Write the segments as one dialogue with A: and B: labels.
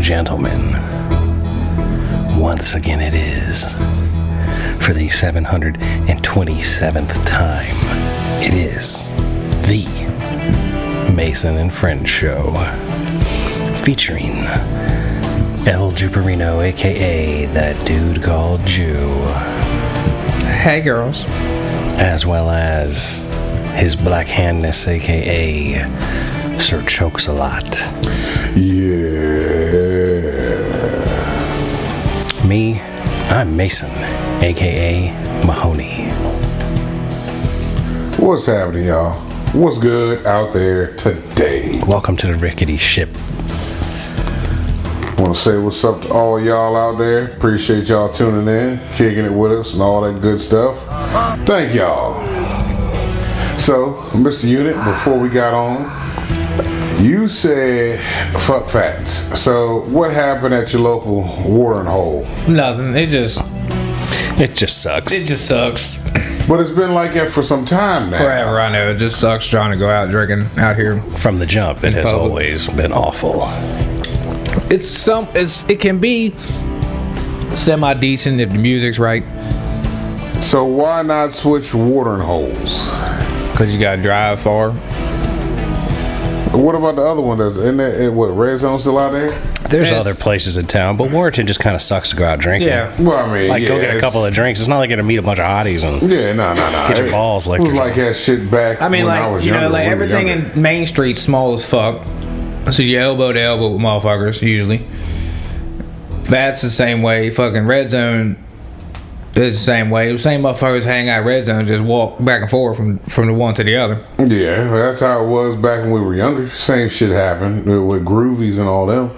A: gentlemen, once again it is, for the 727th time, it is the Mason and Friend Show, featuring El Juperino, aka that dude called Jew.
B: Hey, girls.
A: as well as his black handness, aka Sir Chokes a lot. Yeah. Me, I'm Mason, aka Mahoney.
C: What's happening, y'all? What's good out there today?
A: Welcome to the rickety ship.
C: Want to say what's up to all y'all out there. Appreciate y'all tuning in, kicking it with us, and all that good stuff. Thank y'all. So, Mr. Unit, before we got on, you said fuck facts. So, what happened at your local watering hole?
B: Nothing. It just
A: It just sucks.
B: it just sucks.
C: But it's been like that for some time now.
B: Forever, I know. It just sucks trying to go out drinking out here.
A: From the jump, it has
B: Public.
A: always been awful.
B: It's some. It's it can be semi decent if the music's right,
C: So, why not switch watering holes?
B: cause you gotta drive far.
C: What about the other one that's in there? What, Red Zone still out there?
A: There's
B: It's-
A: other places in town, but Warrington just kind of sucks to go out drinking.
B: Yeah.
C: Well, I mean,
A: Like,
C: yeah,
A: go get a
C: it's-
A: couple of drinks. It's not like you're going to meet a bunch of hotties and
C: Yeah, no, no, no.
A: Get your
C: It
A: balls licked
C: was
A: or
C: like that shit back.
B: I mean,
C: when
B: like
C: I was
B: you know,
C: younger,
B: like
C: when we were
B: everything
C: younger.
B: in Main Street small as fuck. So you elbow to elbow with motherfuckers usually. That's the same way. Fucking red zone is the same way. The same motherfuckers hang out red zone just walk back and forth from from the one to the other.
C: Yeah, that's how it was back when we were younger. Same shit happened with- with Groovies and all them.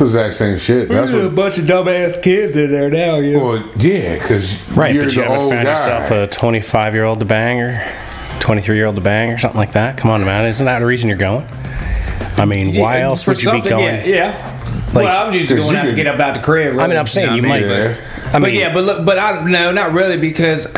C: Exact same shit. That's what.
B: bunch of dumbass kids in there now. You
C: Well, yeah, because
A: Right,
C: you're
A: but you
C: the
A: haven't
C: old
A: found
C: guy.
A: yourself a 25 year old to bang or 23 year old to bang or something like that. Come on, man. Isn't that the reason you're going? I mean, why else would you be going?
B: Yeah. yeah. well, I'm just
C: 'Cause
B: going
C: you
B: out and
C: could-
B: get up out the crib.
A: I mean, I'm saying you,
B: know what I
A: might.
B: mean?
C: Yeah.
A: I
B: but
A: mean,
B: yeah, but look, but I no, not really because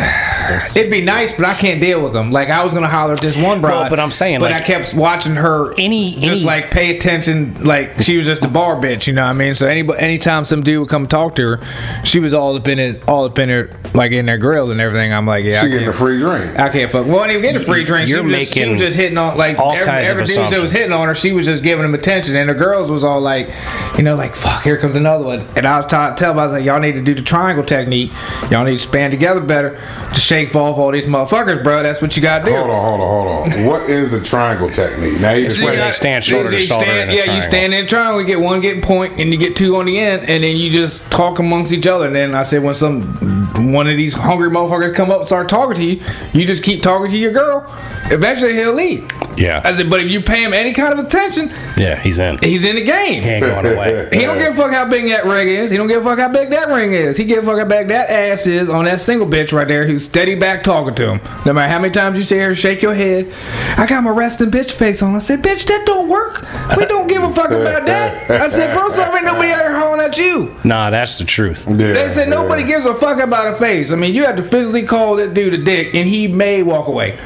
B: it'd be nice, but I can't deal with them. Like I was gonna holler at this one bride,
A: but I'm saying,
B: but
A: like-
B: I kept watching her
A: Any-
B: just
A: any-
B: like pay attention, like she was just a bar bitch, you know what I mean? So any anytime some dude would come talk to her, she was all up in it, all up in her, like in their grill and everything. I'm like, yeah,
C: She
B: I
C: getting a
B: can't.
C: free drink.
B: I can't fuck. Well, I didn't even get a free drink.
A: You're
B: she was just, she
A: making
B: was just hitting on like
A: all
B: every,
A: kinds of
B: every dude that was
A: assumptions.
B: hitting on her. She was just giving him attention, and the girls was all like, you know, like fuck, here comes another one. And I was trying to tell them, I was like, y'all need to do the triangle technique. Y'all need to span together better to shake off all these motherfuckers, bro. That's what you got to do.
C: Hold on, hold on, hold on. what is the triangle technique? Now you
A: where
C: explain.
A: they
C: that.
A: stand shoulder
B: You-
A: to
B: you
A: shoulder.
B: stand-
A: in a
B: yeah, you
A: triangle.
B: stand in a triangle, you get one getting point, and you get two on the end, and then you just talk amongst each other. And then I said, when some one of these hungry motherfuckers come up and start talking to you, you just keep talking to your girl. Eventually, he'll leave.
A: Yeah.
B: I said, but if you pay him any kind of attention,
A: Yeah, he's in. He
B: he's in the game.
A: ain't going away.
B: He don't give a fuck how big that ring is. He don't give a fuck how big that ring is. He give a fuck how big that ass is on that single bitch right there who's steady back talking to him. No matter how many times you see her shake your head, I got my resting bitch face on. I said, bitch, that don't work. We don't give a fuck about that. I said, first off, ain't nobody out here hollering at you.
A: Nah, that's the truth.
C: Yeah,
B: They said nobody
C: yeah.
B: gives a fuck about a face. I mean, you have to physically call that dude a dick, and he may walk away.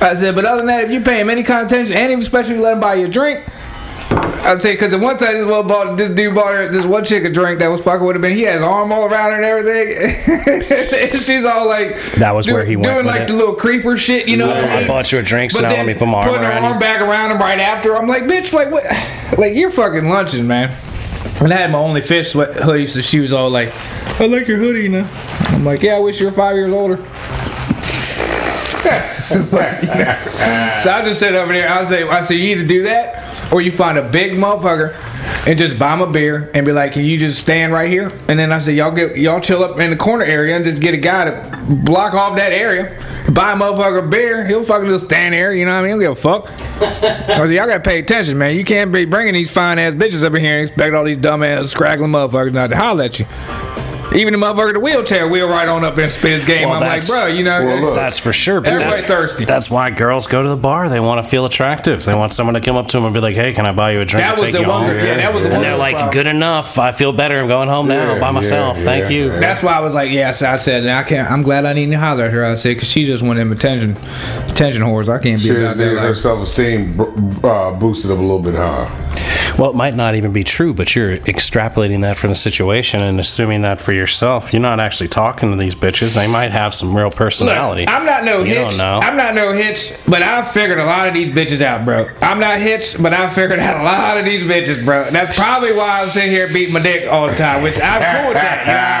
B: I said, but other than that, if you pay him any kind of attention, and if you especially let him buy you a drink, I said, because the one time this one bought this dude bought her this one chick a drink that was fucking would have been he had his arm all around her and everything. And she's all like,
A: That was where he went
B: doing
A: with
B: like
A: it.
B: the little creeper shit, you know. what
A: I
B: mean?
A: bought you a drink, so now let me put my arm
B: putting her
A: around
B: arm
A: you.
B: back around him right after. I'm like, bitch, like what? Like you're fucking lunching, man. And I had my only fish sweat hoodie, so she was all like, "I like your hoodie, you know." I'm like, "Yeah, I wish you were five years older." so I just sit over there. I say, "I say you either do that, or you find a big motherfucker and just buy him a beer and be like, can you just stand right here?'" And then I say, "Y'all get y'all chill up in the corner area and just get a guy to block off that area, buy a motherfucker a beer. He'll fucking just stand there. You know what I mean? He'll give a fuck." I said, y'all gotta pay attention, man. You can't be bringing these fine ass bitches up in here and expect all these dumb ass scraggling motherfuckers not to holler at you. Even the motherfucker in the wheelchair wheel right on up and spit his game.
A: Well,
B: I'm like,
A: that's-
B: bro, you know,
C: Well, look.
A: That's for sure. But
B: everybody's
A: that's,
B: thirsty.
A: that's why girls go to the bar. They want to feel attractive. They want someone to come up to them and be like, "Hey, can I buy you a drink?"
B: that
A: and
B: was
A: take
B: the
A: you
B: one.
A: home?"
B: Yeah, that was the one.
A: And they're like, "Good enough. I feel better. I'm going home now
C: Yeah,
A: by
C: yeah,
A: myself.
C: yeah,
A: Thank you."
C: yeah.
B: That's why I was like, yes. I said, I can't. I'm glad I didn't holler at her. I said, because she just wanted them attention, attention whores. I can't be
C: She
B: about
C: just needed
B: that.
C: her
B: Like,
C: self esteem uh, boosted up a little bit, huh?
A: Well, it might not even be true, but you're extrapolating that from the situation and assuming that for yourself. You're not actually talking to these bitches. They might have some real personality.
B: I'm not no
A: You
B: hitch.
A: don't know.
B: I'm not no hitch, but I figured a lot of these bitches out, bro. I'm not hitch, but I figured out a lot of these bitches, bro. That's probably why I'm sitting here beating my dick all the time, which I'm cool with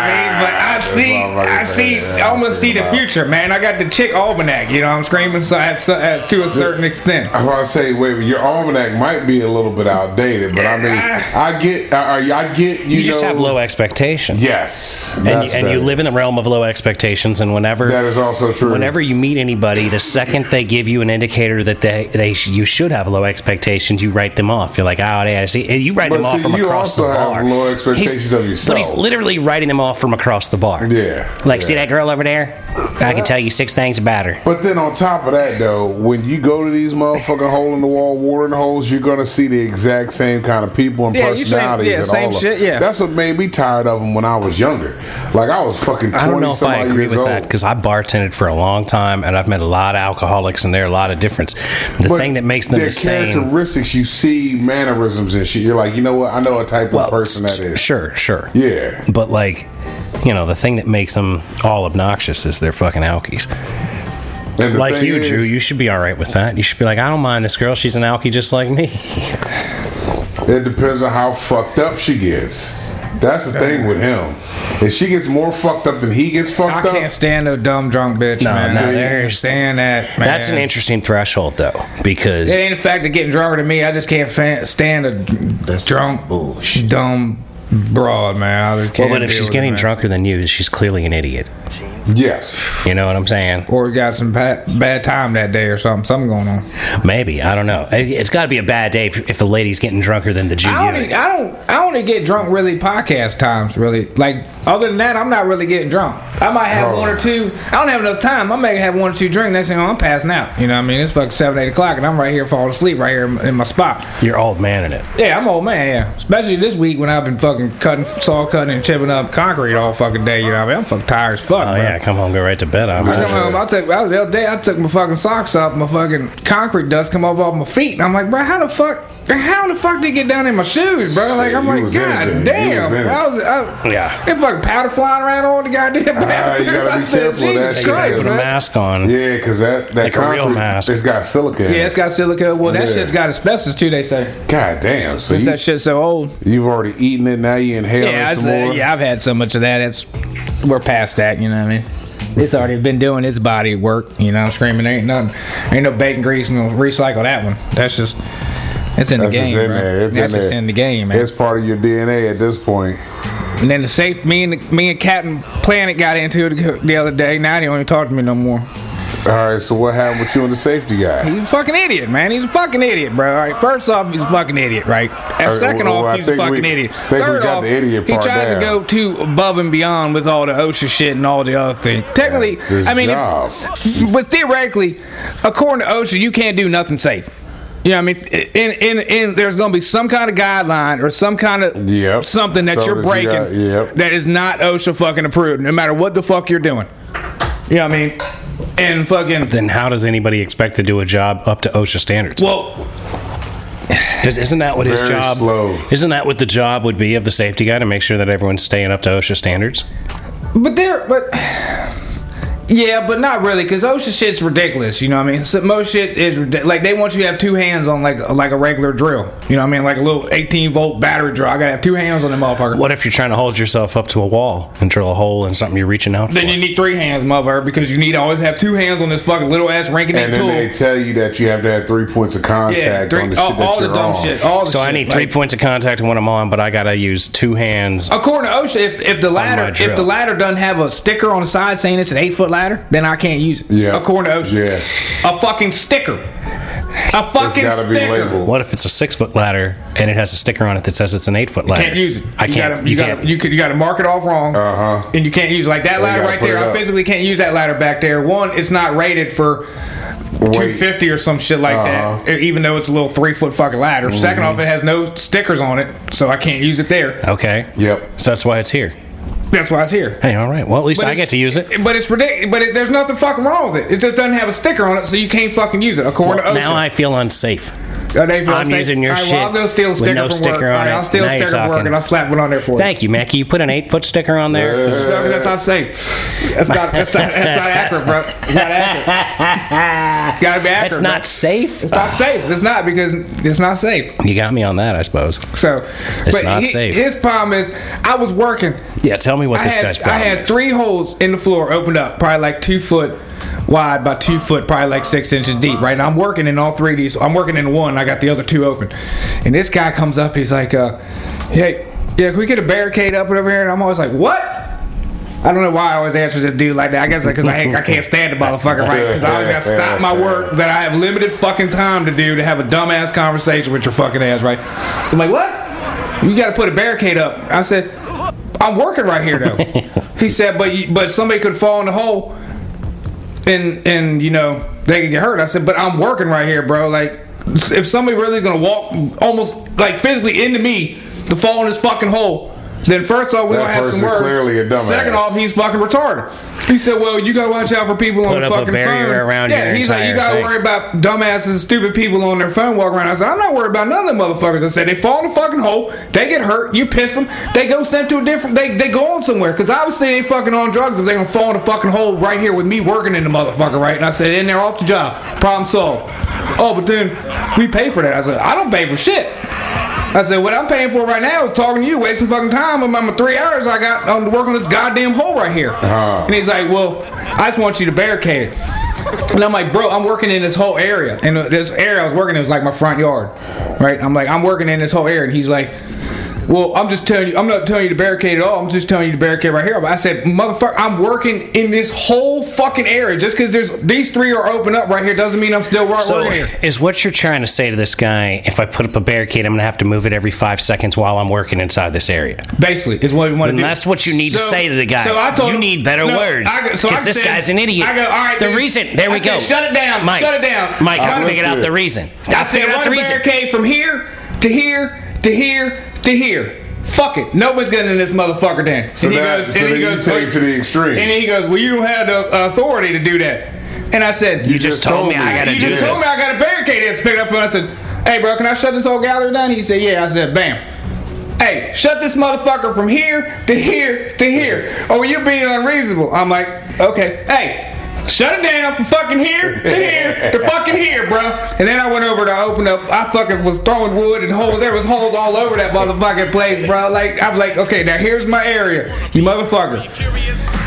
B: that. You know what I mean? But I
C: That's
B: see,
C: motherfucker
B: I
C: said,
B: see,
C: yeah,
B: I almost
C: that's
B: see the
C: wild.
B: future, man. I got the chick almanac. You know, what I'm screaming so at, so- at, to a certain extent.
C: I want to say, wait, but your almanac might be a little bit outdated, but I mean, I get, I, I get, you,
A: you just
C: know-
A: have low expectations.
C: Yes,
A: And you,
C: that's
A: and you
C: better.
A: live in the realm of low expectations, and whenever
C: That is also true.
A: whenever you meet anybody, the second they give you an indicator that they, they sh- you should have low expectations, you write them off. You're like, oh, yeah, I see. And you write
C: But
A: them off
C: see,
A: from
C: you
A: across
C: also
A: the
C: have
A: bar.
C: low expectations
A: He's-
C: of
A: But he's
C: yourself.
A: literally writing them off from across the bar.
C: yeah,
A: Like,
C: yeah.
A: see that girl over there? I can tell you six things about her.
C: But then on top of that, though, when you go to these motherfucking hole in the wall watering holes, you're gonna see the exact same kind of people and
B: Yeah, you same-
C: personalities.
B: yeah,
C: and
B: same
C: all of-
B: shit, yeah.
C: that's what made me tired of them when I was younger. Like I was fucking. 20
A: I don't know if I
C: something
A: agree
C: years
A: with
C: old.
A: that because I bartended for a long time and I've met a lot of alcoholics and there are a lot of difference. The
C: But
A: thing that makes them
C: their
A: the same.
C: characteristics, you see mannerisms and shit. You're like, you know what? I know a type of person that is.
A: Sure, sure.
C: Yeah.
A: But like, you know, the thing that makes them all obnoxious is they're fucking alkies.
C: And the
A: Like
C: thing
A: you,
C: is-
A: Drew, you should be all right with that. You should be like, I don't mind this girl. She's an alkie just like me.
C: It depends on how fucked up she gets. That's the thing with him. If she gets more fucked up than he gets
B: I
C: fucked up,
B: can't stand no dumb drunk bitch,
A: No,
B: man.
A: no,
B: I can't
A: there's-
B: stand that. Man.
A: That's an interesting threshold, though, because
B: It ain't the fact of getting drunker than me. I just can't fan, stand a
D: That's
B: drunk,
D: bullshit.
B: dumb broad, man. I just
A: well,
B: can't
A: but if
B: deal
A: she's
B: with
A: getting
B: it, man.
A: drunker than you, she's clearly an idiot.
C: yes.
A: You know what I'm saying?
B: or got some bad, bad time that day or something, something going on.
A: Maybe I don't know. It- It's got to be a bad day if, if the lady's getting drunker than the Jew.
B: I
A: unit.
B: only, I don't, I only get drunk really podcast times, really. Like other than that, I'm not really getting drunk. I might have
C: Oh.
B: one or two. I don't have enough time. I may have one or two drinks. Next thing you know, I'm passing out. You know what I mean? It's like seven, eight o'clock, and I'm right here falling asleep right here in, in my spot.
A: You're old man in it.
B: Yeah, I'm old man. Yeah, especially this week when I've been fucking cutting, saw cutting, and chipping up concrete all fucking day. You know what I mean? I'm fucking tired as fuck.
A: Oh
B: bro.
A: yeah, come home, go right to bed. I'm
B: I come home, I took I, the other day. I took my fucking socks off. My fucking concrete dust come up off my feet, and I'm like, bro, how the fuck? How the fuck did it get down in my shoes, bro? Like I'm
C: you
B: like,
C: was in it
B: god
C: then. You
B: damn,
C: was in it.
B: I was, I,
A: Yeah.
B: it fucking powder flying around all the goddamn. bathroom.
C: Ah, you gotta
B: I
C: be
B: said,
C: careful of that
B: Jesus
C: shit,
B: Christ,
A: put a
B: man.
C: man.
A: mask on.
C: Yeah, because that, that
A: Like a real
C: concrete,
A: mask.
C: it's got silica in
B: Yeah, it's got silica. Well, that
C: Yeah.
B: shit's got asbestos too. They say
C: it. God damn. So
B: since
C: you,
B: that shit's so old.
C: you've already eaten it, now you inhaling
B: Yeah,
C: some more.
B: yeah, I've had so much of that. It's we're past that. You know what I mean? It's already been doing its body work. You know, I'm screaming. Ain't nothing. Ain't no bacon grease gonna recycle that one. That's just. It's in
C: That's
B: the game,
C: just in
B: bro.
C: there. It's
B: That's
C: in
B: just
C: there.
B: in the game, man.
C: It's part of your DNA at this point.
B: and then the safe, me and me and Captain Planet got into it the other day. Now he don't even talk to me no more.
C: All right, so what happened with you and the safety guy?
B: He's a fucking idiot, man. He's a fucking idiot, bro. All right. First off, he's a fucking idiot, right? And
C: Uh,
B: second
C: well, I
B: off, he's a
C: think
B: fucking
C: we-
B: idiot.
C: think we
B: Third
C: got
B: off,
C: the idiot
B: he
C: part
B: tries to
C: down.
B: go too above and beyond with all the OSHA shit and all the other things. Technically,
C: That's his
B: I mean, if-
C: job.
B: but theoretically, according to OSHA, you can't do nothing safe. You know what I mean? In in in there's gonna be some kind of guideline or some kind of
C: Yep.
B: something that
C: So
B: you're
C: that you
B: breaking
C: got- yep.
B: that is not OSHA fucking approved, no matter what the fuck you're doing. You know what I mean? And fucking
A: Then how does anybody expect to do a job up to OSHA standards?
B: well,
A: Does- isn't that what his
C: Very
A: job?
C: slow.
A: Isn't that what the job would be of the safety guy to make sure that everyone's staying up to OSHA standards?
B: But there, but yeah, but not really, because OSHA shit's ridiculous. You know what I mean? So most shit is ridic- like they want you to have two hands on like like a regular drill. You know what I mean? Like a little 18 volt battery drill. I gotta have two hands on the motherfucker.
A: What if you're trying to hold yourself up to a wall and drill a hole in something you're reaching out
B: Then
A: for?
B: you need three hands, motherfucker, because you need to always have two hands on this fucking little ass ranking
C: And then
B: tool.
C: they tell you that you have to have three points of contact
B: yeah, three,
C: on the
B: all,
C: shit that
B: all the
C: you're
B: dumb
C: on.
B: shit. All the
A: so
B: shit.
A: I need three
B: like-
A: points of contact when I'm on, but I gotta use two hands.
B: According to OSHA, if, if the ladder
A: drill.
B: if the ladder doesn't have a sticker on the side saying it's an eight foot ladder, then I can't use it.
C: Yeah.
B: According to OSHA.
C: Yeah.
B: A fucking sticker. A fucking
C: gotta be
B: sticker.
C: labeled.
A: What if it's a six foot ladder and it has a sticker on it that says it's an eight foot ladder?
B: Can't use it.
A: I
B: You
A: can't.
B: Gotta, you, gotta,
A: can't.
B: you, could, you gotta mark it off wrong.
C: Uh-huh.
B: And you can't use like that ladder
C: gotta
B: right
C: put
B: there.
C: it
B: I
C: up.
B: physically can't use that ladder back there. One, it's not rated for. 250 or some shit like that,
C: Uh-huh.
B: e- even though it's a little three foot fucking ladder. Second off, it has no stickers on it, so I can't use it there.
A: okay.
C: Yep.
A: So that's why it's here.
B: That's why it's here.
A: Hey, all right. Well, at least
B: But
A: I
B: it's-
A: get to use it.
B: But it's ridiculous. But it, there's nothing fucking wrong with it. It just doesn't have a sticker on it, so you can't fucking use it. According
A: Well,
B: to OSHA.
A: now I feel unsafe.
B: I know you feel
A: I'm
B: safe.
A: using your
B: All right,
A: shit
B: Well, I'll go steal a
A: with
B: sticker
A: no
B: from work.
A: sticker on
B: All right,
A: it.
B: I'll steal
A: Now
B: a
A: you're
B: sticker from work
A: talking.
B: and I'll slap one on there for you.
A: Thank you, Mac. Can You put an eight foot sticker on there.
C: Yeah.
B: No, 'cause that's not safe. That's not. That's not. That's not accurate, bro. It's not accurate. It's gotta be accurate.
A: That's
B: bro.
A: not safe.
B: It's not safe. It's not because it's not safe.
A: You got me on that, I suppose.
B: So,
A: It's not
B: he-
A: safe.
B: His problem is, I was working.
A: Yeah, tell me what
B: I
A: this
B: had
A: guy's
B: I
A: problem
B: had
A: is.
B: three holes in the floor opened up, probably like two foot wide by two foot, probably like six inches deep. Right, and I'm working in all three of these. I'm working in one. I got the other two open, and this guy comes up. He's like, uh, "Hey, yeah, can we get a barricade up over here?" And I'm always like, "What?" I don't know why I always answer this dude like that. I guess because I, I can't stand the motherfucker, right? Because I always got to stop my work that I have limited fucking time to do to have a dumbass conversation with your fucking ass, right? So I'm like, what? You got to put a barricade up. I said, I'm working right here though. he said, but you, but somebody could fall in the hole, and and you know they could get hurt. I said, but I'm working right here, bro. Like if somebody really is gonna walk almost like physically into me to fall in this fucking hole. Then first off, we
C: That
B: don't have some
C: person
B: words.
C: clearly a dumbass.
B: Second off, he's fucking retarded. He said, "Well, you gotta watch out for people on
A: Put
B: the
A: up a
B: fucking
A: barrier
B: phone."
A: around
B: yeah,
A: your
B: he's like, "You
A: entire
B: gotta
A: thing."
B: worry about dumbasses and stupid people on their phone walking around. I said, I'm not worried about none of them motherfuckers. I said, they fall in the fucking hole, they get hurt, you piss them, they go sent to a different, they they go on somewhere. Because obviously they ain't fucking on drugs if they gonna fall in the fucking hole right here with me working in the motherfucker, right? And I said, in there off the job, problem solved. Oh, but then we pay for that. I said, I don't pay for shit. I said, what I'm paying for right now is talking to you, wasting fucking time with my my three hours I got on to work on this goddamn hole right here.
C: Uh-huh.
B: And he's like, well, I just want you to barricade it. And I'm like, bro, I'm working in this whole area. And uh, this area I was working in was like my front yard, right? I'm like, I'm working in this whole area. And he's like, well, I'm just telling you, I'm not telling you to barricade at all. I'm just telling you to barricade right here. But I said, motherfucker, I'm working in this whole fucking area. Just because there's these three are open up right here doesn't mean I'm still wor-
A: So,
B: working here.
A: is what you're trying to say to this guy if I put up a barricade, I'm going to have to move it every five seconds while I'm working inside this area?
B: Basically, is what we want to
A: And
B: do.
A: that's what you need to
B: So-
A: say to the guy.
B: So I told
A: you
B: him-
A: need better
B: no,
A: words.
B: I go-
A: Because
B: so I
A: this
B: said-
A: guy's an idiot.
B: I go, all right.
A: the
B: dude."
A: reason. There we
B: I
A: go.
B: said, shut it down.
A: Mike.
B: Shut it down.
A: Mike,
C: I'm
A: I figured out
C: listening.
A: the reason.
B: I
A: figured
B: said
A: out
B: one
A: the reason.
B: barricade from here to here to here to here. Fuck it. Nobody's getting in this motherfucker then.
C: So that- so then you take it to the extreme.
B: And then he goes, well, you don't have the authority to do that. And I said,
A: You just told me I got to
B: you
A: do
B: just told
A: this.
B: me I got to barricade this. Picked up the phone. I said, "Hey, bro, can I shut this whole gallery down?" He said, "Yeah." I said, "Bam." Hey, shut this motherfucker from here to here to here, or you're being unreasonable. I'm like, okay, hey. Shut it down from fucking here to here to fucking here, bro. And then I went over to open up. I fucking was throwing wood and holes. There was holes all over that motherfucking place, bro. Like I'm like, okay, now here's my area, you motherfucker.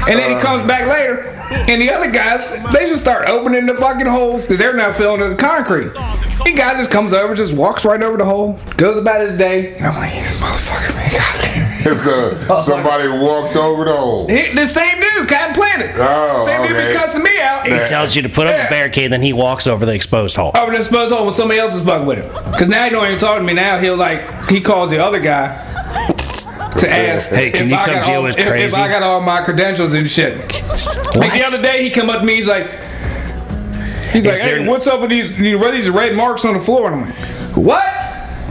B: And then he
C: Uh.
B: comes back later, and the other guys, they just start opening the fucking holes because they're not filling the concrete. The guy just comes over, just walks right over the hole, goes about his day. And I'm like, this motherfucker, man, goddamn.
C: So somebody walked over the hole.
B: He- The same dude, Cotton Planet.
C: Oh,
B: same dude
C: okay.
B: been cussing me out.
A: He tells you to put up
B: Yeah. Oh.
A: a barricade, then he walks over the exposed hole.
B: over this buzz hole when somebody else is fucking with him. Cause now he don't even talk to me. Now he'll like he calls the other guy to ask.
A: Hey, can
B: if
A: you
B: I
A: come
B: got
A: deal
B: all-
A: with
B: if- If,
A: crazy?
B: I got all my credentials and shit. Like the
A: What?
B: other day he come up to me. He's like,
A: Is
B: he's like, hey,
A: there-
B: what's up with these? You know, these red marks on the floor? And I'm like, what?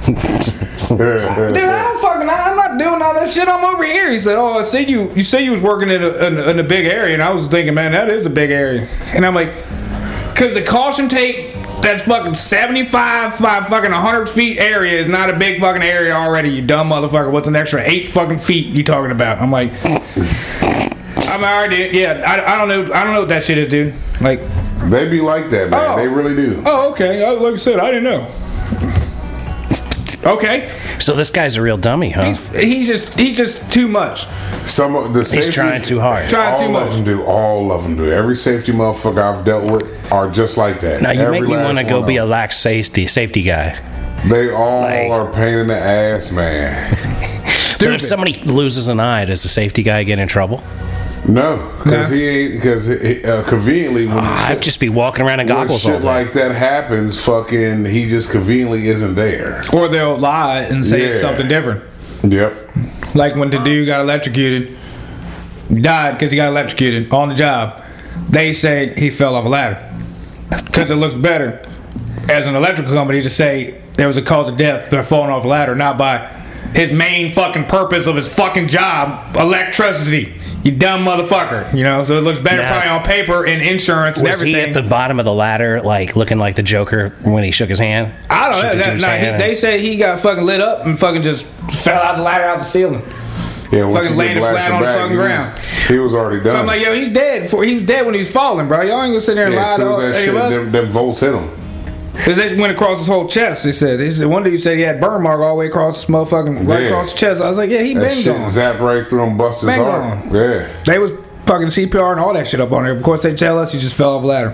B: Dude, I
C: yeah,
B: don't fucking. I- I'm not doing all that shit. I'm over here. He said, "Oh, I see you. You said you was working in a, in, a- in a big area, and I was thinking, man, that is a big area." And I'm like, "Cause the caution tape that's fucking 75 by fucking 100 feet area is not a big fucking area already. You dumb motherfucker. What's an extra eight fucking feet you talking about?" I'm like, "I'm already yeah. I, I don't know. I don't know what that shit is, dude. Like,
C: they be like that, man.
B: Oh.
C: They really do.
B: oh okay. Oh, Like I said, I didn't know. Okay."
A: So this guy's a real dummy, huh?
B: He's, he's just he's just too much.
C: Some of the
A: He's
C: safety-
A: trying too hard.
B: Trying
C: all
B: too much.
C: of them do. All of them do. Every safety motherfucker I've dealt with are just like that.
A: Now you
C: Every
A: make me
C: last
A: want to
C: one
A: go
C: of
A: be a
C: them.
A: lax safety safety guy.
C: They all
A: like-
C: are a pain in the ass, man.
A: But if somebody loses an eye, does the safety guy get in trouble?
C: No, because
B: Nah.
C: he ain't. Because uh, conveniently, when
A: I'd Ah, just be walking around in
C: when
A: goggles all
C: shit
A: day.
C: like that happens, fucking, he just conveniently isn't there.
B: Or they'll lie and say it's
C: Yeah.
B: something different.
C: Yep.
B: Like when the dude got electrocuted, died because he got electrocuted on the job. They say he fell off a ladder because it looks better as an electrical company to say there was a cause of death by falling off a ladder, not by his main fucking purpose of his fucking job, electricity. You dumb motherfucker. You know, so it looks better
A: Now-
B: probably on paper and insurance and
A: Was he
B: everything.
A: at the bottom of the ladder, like looking like the Joker when he shook his hand?
B: I don't know.
A: Shook the
B: That,
A: dude's
B: nah, he-
A: hand.
B: they said he got fucking lit up and fucking just fell out the ladder out the ceiling.
C: Yeah, once
B: Fucking
C: you get
B: landed flat
C: blasted
B: on the
C: back,
B: fucking
C: he was-
B: ground.
C: he was already done.
B: So I'm like, yo, he's dead. For he was dead when he was falling, bro. Y'all ain't gonna sit there and
C: Oh. yeah,
B: lie
C: as
B: to
C: soon as that
B: all-
C: shit,
B: everybody else.
C: them, them volts hit him.
B: Cause they went across his whole chest. They said, "They said one dude said he had burn mark all the way across his motherfucking right
C: Yeah.
B: across his chest." I was like, "Yeah, he
C: That
B: been
C: shit
B: gone."
C: zapped right through him, bust his
B: Been
C: arm.
B: gone.
C: Yeah.
B: they was fucking CPR and all that shit up on there. Of course, they tell us he just fell off the ladder.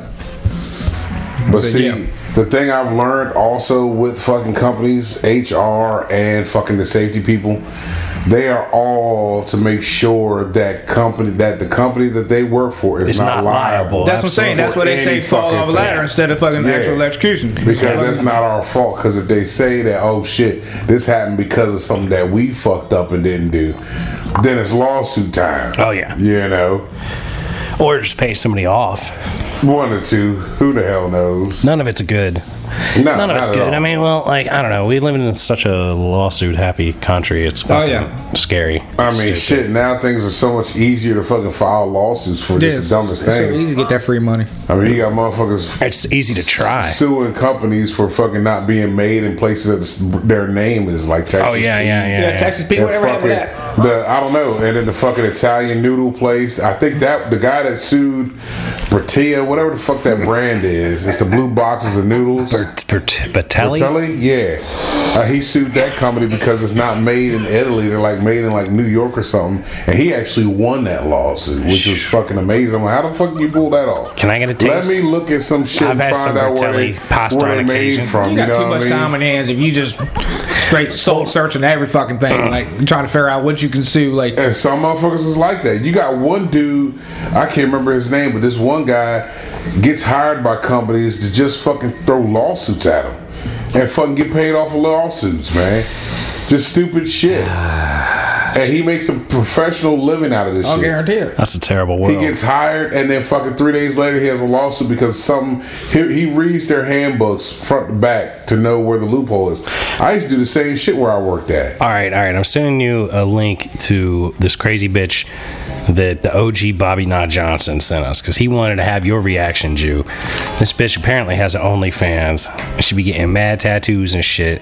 C: But
B: said,
C: see,
B: yeah.
C: the thing I've learned also with fucking companies, HR and fucking the safety people, they are all to make sure that company that the company that they work for is
A: It's
C: not,
A: not
C: liable.
A: liable.
B: That's what I'm saying. That's why they say
C: Any
B: fall
C: fucking
B: off a ladder
C: thing.
B: instead of fucking
C: Yeah.
B: actual electrocution.
C: Because that's not our fault. Because if they say that, oh shit, this happened because of something that we fucked up and didn't do, then it's lawsuit time.
A: Oh, yeah.
C: You know,
A: Or just pay somebody off.
C: one or two. Who the hell knows?
A: None of it's good.
B: Oh,
C: No,
A: None of
C: not
A: it's
C: at
A: good.
C: all.
A: I mean, well, like I don't know. We live in such a lawsuit-happy country. It's fucking
B: Oh, yeah.
A: scary.
C: I mean,
A: Stupid.
C: shit. Now things are so much easier to fucking file lawsuits for
B: Yeah,
C: just the dumbest
B: it's so
C: things.
B: easy to get that free money.
C: I mean, you got motherfuckers
A: It's easy to try.
C: suing companies for fucking not being made in places that their name is like Texas.
A: Oh yeah, yeah, yeah.
B: Yeah,
A: yeah.
B: Texas people,
C: And
B: whatever happened to
C: fucking-
B: that.
C: The I don't know, and then the fucking Italian noodle place. I think that the guy that sued Bertia, whatever the fuck that brand is, it's the blue boxes of noodles.
A: Bert- Batelli?
C: Bertelli, yeah, uh, he sued that company because it's not made in Italy. They're like made in like New York or something, and he actually won that lawsuit, which was fucking amazing. I'm like, how the fuck you pull that off?
A: Can I get a
C: Let
A: taste?
C: me look at some shit
A: I've
C: and
A: had
C: find
A: some
C: out where they,
A: Bertelli pasta
C: where
A: on
C: they made
A: occasion.
C: from.
B: You
C: You,
B: got
C: know
B: too
C: what
B: much
C: I mean?
B: time on your hands if you just straight soul searching every fucking thing,
C: uh,
B: like trying to figure out what you can sue. Like
C: And some motherfuckers is like that. You got one dude, I can't remember his name, but this one guy gets hired by companies to just fucking throw lawsuits at him and fucking get paid off of lawsuits, man. Just stupid shit. And he makes a professional living out of this
B: I'll
C: shit.
B: guarantee it.
A: That's a terrible
C: He
A: world.
C: gets hired, and then fucking three days later, he has a lawsuit because some he, he reads their handbooks front to back to know where the loophole is. I used to do the same shit where I worked at.
A: all right, all right. I'm sending you a link to this crazy bitch that the OG Bobby Knott Johnson sent us because he wanted to have your reaction, Jew. This bitch apparently has an OnlyFans. She be getting mad tattoos and shit.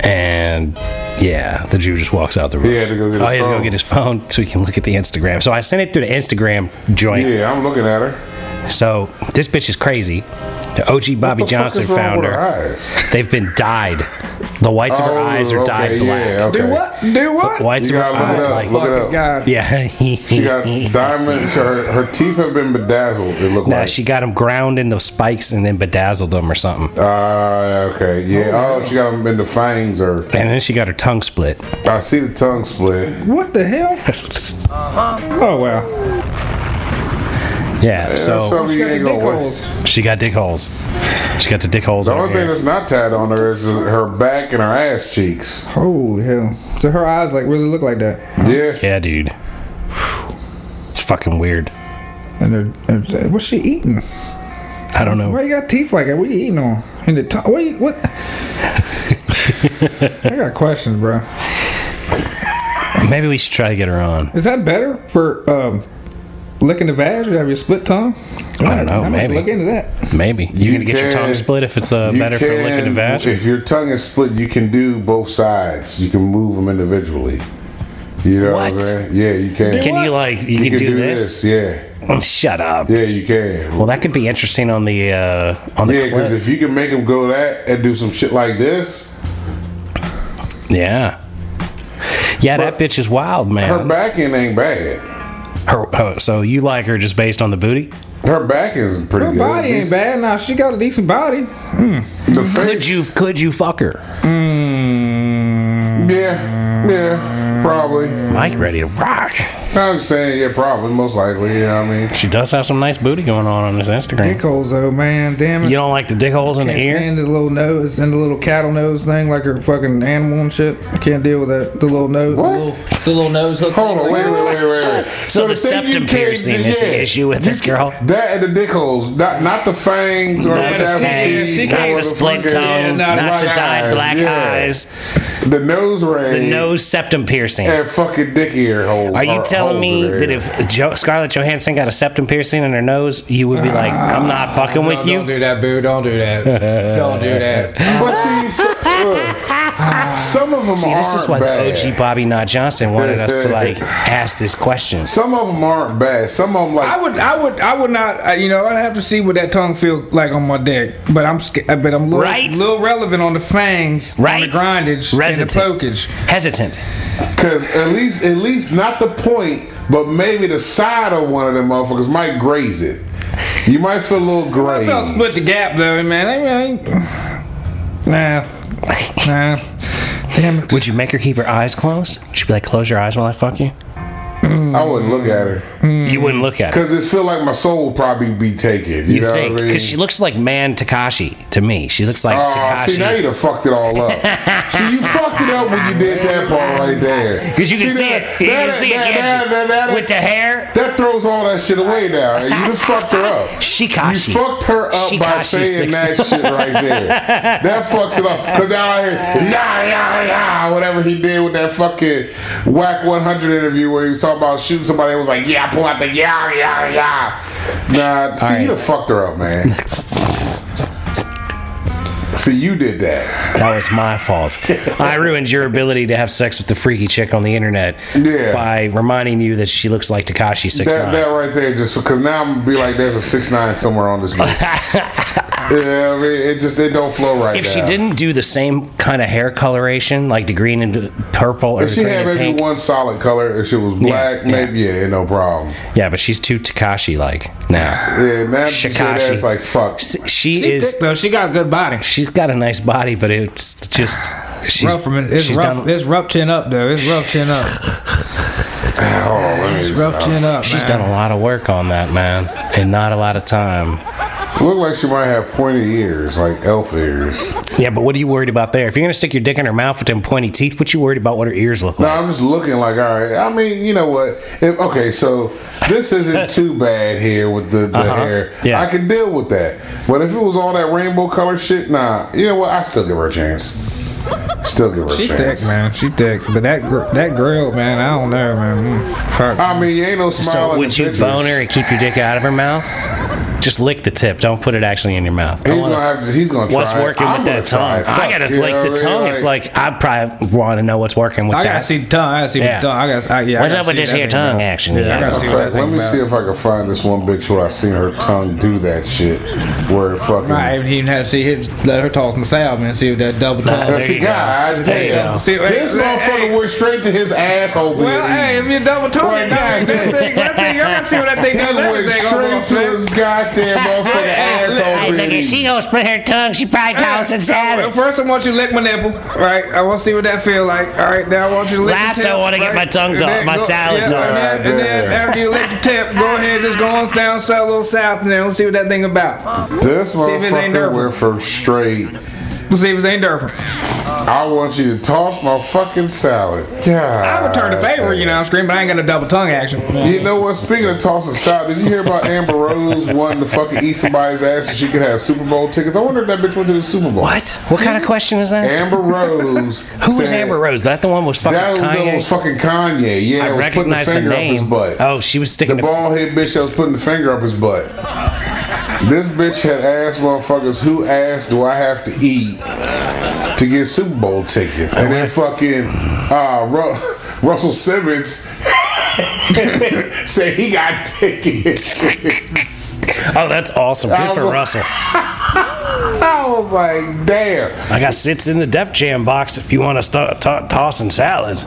A: And yeah, the Jew just walks out the room.
C: He had to go get
A: oh,
C: his
A: he had to
C: phone.
A: go get his phone so he can look at the Instagram. So I sent it through the Instagram joint.
C: Yeah, I'm looking at her.
A: So this bitch is crazy. The OG Bobby
C: What the fuck is
A: Johnson
C: wrong with
A: found her.
C: her eyes?
A: They've been dyed. The whites of her
C: Oh,
A: eyes are dyed
C: okay,
A: black.
C: yeah, okay.
B: Do what? Do what?
A: The whites
C: You
A: of her
C: gotta look it
A: eyes,
C: up.
A: like
C: Look it
B: Fucking
C: up.
B: God.
A: yeah.
C: She got diamonds. Her, her teeth have been bedazzled. It looked
A: Nah,
C: like.
A: she got them ground into spikes and then bedazzled them or something.
C: Ah, okay. Yeah. Oh, she got them in the fangs. Or
A: And then she got her tongue split.
C: I see the tongue split.
B: What the hell? Oh wow.
A: Yeah.
C: That's
A: So
C: something
B: She
C: you
B: got the
C: ain't
B: dick
C: gonna wa-
B: holes.
A: she got dick holes. She got the dick holes.
C: The
A: over
C: only
A: here.
C: thing that's not tied on her is her back and her ass cheeks.
B: Holy hell. So her eyes like really look like that.
C: Yeah.
A: yeah, dude. It's fucking weird.
B: And they're, and they're- what's she eating?
A: I don't
B: Why
A: know.
B: you got teeth like that? What you eating on? In the top? Wait, what? I got questions, bro.
A: Maybe we should try to get her on.
B: Is that better for um, licking the vag or have your split tongue?
A: I don't know.
B: I'm
A: Maybe.
B: Look into that.
A: Maybe you're
C: You
A: gonna get your
C: can-
A: tongue split if it's uh,
C: You
A: better for licking the
C: can-
A: vag.
C: If your tongue is split, you can do both sides. You can move them individually. You know what, I'm
A: What?
C: saying? Yeah, you can.
A: Can you like you, can, do, this?
C: Yeah.
A: Shut up.
C: Yeah, you can.
A: Well, that could be interesting on the uh, on the
C: Yeah,
A: yeah,
C: because if you can make them go that and do some shit like this,
A: yeah, yeah. That bitch is wild,
C: her
A: man.
C: back end ain't bad.
A: Her- oh, so you like her just based on the booty?
C: Her back is pretty
B: Her
C: good.
B: body ain't bad. Nah, she got a decent body.
C: The face,
A: Could you could you fuck her?
C: Yeah, yeah, probably.
A: Mike ready to rock.
C: I'm saying, yeah, probably, most likely. Yeah, I mean,
A: She does have some nice booty going on on this Instagram.
B: Dick holes though, man. Damn it.
A: You don't like the dick holes in the ear?
B: And the little nose and the little cattle nose thing, like her fucking animal and shit. I can't deal with that. The little nose.
C: What?
B: The little, the little nose hook.
C: hold on,
B: thing.
C: wait, wait, wait, wait, wait.
A: So, the,
C: thing you
A: septum
C: can't
A: piercing
C: do-
A: is
C: yeah,
A: the issue with this girl.
C: That and the dick holes, not not the fangs or
A: Not
C: the
A: the
C: apple
A: fangs,
C: teeth
B: she can't
C: or
A: not the split
C: fucking-
A: tongue,
B: yeah,
A: not
B: not
A: the
C: black
A: dyed
C: eyes,
A: black
C: yeah.
A: eyes.
C: The nose ring.
A: The nose septum piercing.
C: And fucking dick ear hole.
A: Are you
C: or
A: telling
C: holes
A: me
C: in
A: that
C: there.
A: if jo- Scarlett Johansson got a septum piercing in her nose, you would be like, I'm not fucking
B: No,
A: with you?
B: Don't do that, boo. Don't do that. don't do that.
C: But see, so, look, some of them
A: See,
C: aren't
A: this is why
C: bad.
A: the OG Bobby Not Johnson wanted us to like ask this question.
C: Some of them aren't bad. Some of them like
B: I would, I would, I would not. uh, You know, I'd have to see what that tongue feel like on my dick. But I'm, sca- uh, but I'm little,
A: Right.
B: little relevant on the fangs, on
A: Right.
B: the grindage,
A: Resident.
B: and the pokage.
A: Hesitant.
C: Cause at least, at least not the point, but maybe the side of one of them motherfuckers might graze it. You might feel a little
B: I
C: graze.
B: felt split the gap though, man. I mean, nah, nah. Damn it.
A: Would you make her keep her eyes closed? She'd be like, close your eyes while I fuck you?
C: I wouldn't look at her
A: You wouldn't look at her.
C: because it feel like my soul would probably be taken. You,
A: You
C: know
A: think?
C: what Mm. I mean?
A: Because she looks like man Takashi to me. She looks like
C: Oh, see, now you
A: Takashi.
C: done fucked it all up. see, you fucked it up when you did that part right there.
A: Because you can see, it.
C: that-
A: You
C: that-
A: can see
C: that-
A: it,
C: that-
A: can't you?
C: that- that-
A: With the hair.
C: That throws all that shit away now. You just fucked her up.
A: Shikashi.
C: You fucked her up by
A: Shikashi 60.
C: saying that shit right there. that fucks it up. Cause now I hear yeah yeah yeah whatever he did with that fucking whack 100 interview where he was talking about shooting somebody. It was like yeah, pull out the yeah yeah yeah. Nah, see you done fucked her up, man. see you did that.
A: That was my fault. I ruined your ability to have sex with the freaky chick on the internet
C: Yeah.
A: by reminding you that she looks like Takashi Six
C: That,
A: Nine.
C: that right there, just because now I'm gonna be like, there's a six nine somewhere on this. bitch. yeah, I mean, it just it don't flow right.
A: If she
B: uh,
C: now.
A: didn't do the same kind of hair coloration, like the green and purple or
C: If
A: the
C: she
A: green
C: had
A: and
C: maybe
A: pink,
C: one solid color, if she was black,
A: yeah.
C: maybe yeah, no problem.
A: yeah, but she's too Takashi like now.
C: Yeah, now she said
A: Shikashi.
C: that, it's like fuck.
A: S- She
B: She
A: is.
B: thick though. She got a good body.
A: She's got a nice body, but it's just she's,
B: rough from it. It's
A: she's
B: rough.
A: done.
B: It's rough chin up though. It's rough chin up.
C: Oh, let me
B: It's rough chin up.
A: She's
B: man.
A: done a lot of work on that man, and not a lot of time.
C: Look like she might have pointy ears, like elf ears.
A: Yeah, but what are you worried about there? If you're gonna stick your dick in her mouth with them pointy teeth, what you worried about? What her ears look
C: No,
A: like?
C: I'm just looking like all right. I mean, you know what? If, okay, so this isn't too bad here with the, the hair.
A: Uh-huh. Yeah.
C: I can deal with that. But if it was all that rainbow color shit, nah. You know what? I still give her a chance. Still give her
B: She
C: a
B: thick,
C: chance.
B: man. She thick. But that gr- that grill, man. I don't know, man. Mm, fuck.
C: I mean, you ain't no smile.
A: So
C: in
A: would
C: the
A: you
C: pictures.
A: bone her and keep your dick out of her mouth? Just lick the tip. Don't put it actually in your mouth. I
C: He's
A: wanna-
C: gonna have to. He's gonna try.
A: what's
C: it.
A: working
C: I'm
A: with
C: gonna
A: that
C: try
A: tongue?
C: it.
A: I
C: Fuck,
A: gotta
C: you
A: lick
C: know
A: the
C: what I mean?
A: tongue. It's like I probably want to know what's working with
B: I
A: that.
B: gotta see the tongue. I gotta see
A: Yeah.
B: the tongue. I gotta. I, yeah. I
A: What's
B: gotta
A: up with
B: see
A: this
B: that
A: here
B: thing,
A: tongue
B: man.
A: action?
B: Yeah, I gotta see
C: In
B: what that
C: fact,
B: thing
C: let me
B: about.
C: see if I can find this one bitch where I seen her tongue do that shit. Where it fucking.
B: I haven't even had to see his, let her talk some salve and see if that double tongue.
C: Now,
A: there
C: see,
A: you go.
C: God
A: There you
C: damn.
A: go.
B: See, wait,
C: this
B: wait,
C: motherfucker
B: hey.
C: went straight to his asshole.
B: Well, hey, if you're double
C: Right,
B: tongue, that
C: goddamn.
B: thing, that thing, I gotta see what that thing does.
C: he went
B: Everything
C: straight
B: almost,
C: to
B: man.
C: his goddamn motherfucking
B: Hey, look,
C: asshole.
A: Hey, look
C: baby.
A: at she gonna split her tongue. She probably tossed some
B: Well,
A: salad.
B: First, I want you to lick my nipple, right? I want to see what that feel like. All right, now I want you to lick
A: Last,
B: the
A: I
B: tip.
A: wanna get
B: right?
A: my tongue
B: And
A: done,
B: then
A: my
B: go-
A: salad
B: yeah,
A: done.
B: And then, and then
C: Alright,
B: after you lick the tip, go ahead, just go on down, sell a little south, and then we'll see what that thing about.
C: This
B: if it ain't
C: motherfucker
B: nervous.
C: went from straight.
B: We'll see if it's ain't different.
C: I want you to toss my fucking salad. God.
B: I return the favor, you know what I'm screaming, but I ain't got no double tongue action.
C: You know what? Speaking of tossing salad, did you hear about Amber Rose wanting to fucking eat somebody's ass so she could have Super Bowl tickets? I wonder if that bitch went to the Super Bowl.
A: What? What kind of question is that?
C: Amber Rose.
A: Who was
C: said-
A: Amber Rose? That the one was fucking
C: That was, that
A: Kanye.
C: was fucking Kanye. Yeah,
A: I
C: was putting the
A: recognize the
C: finger up his
A: name.
C: butt.
A: Oh, she was
C: the
A: sticking the.
C: bald head bitch that was putting the finger up his butt. This bitch had asked motherfuckers, who ass do I have to eat to get Super Bowl tickets? And then fucking uh, Ru- Russell Simmons said he got tickets.
A: oh, that's awesome. Good for
C: Oh,
A: Russell.
C: I was like, damn.
A: I got sits in the Def Jam box if you want to start to- tossing salads.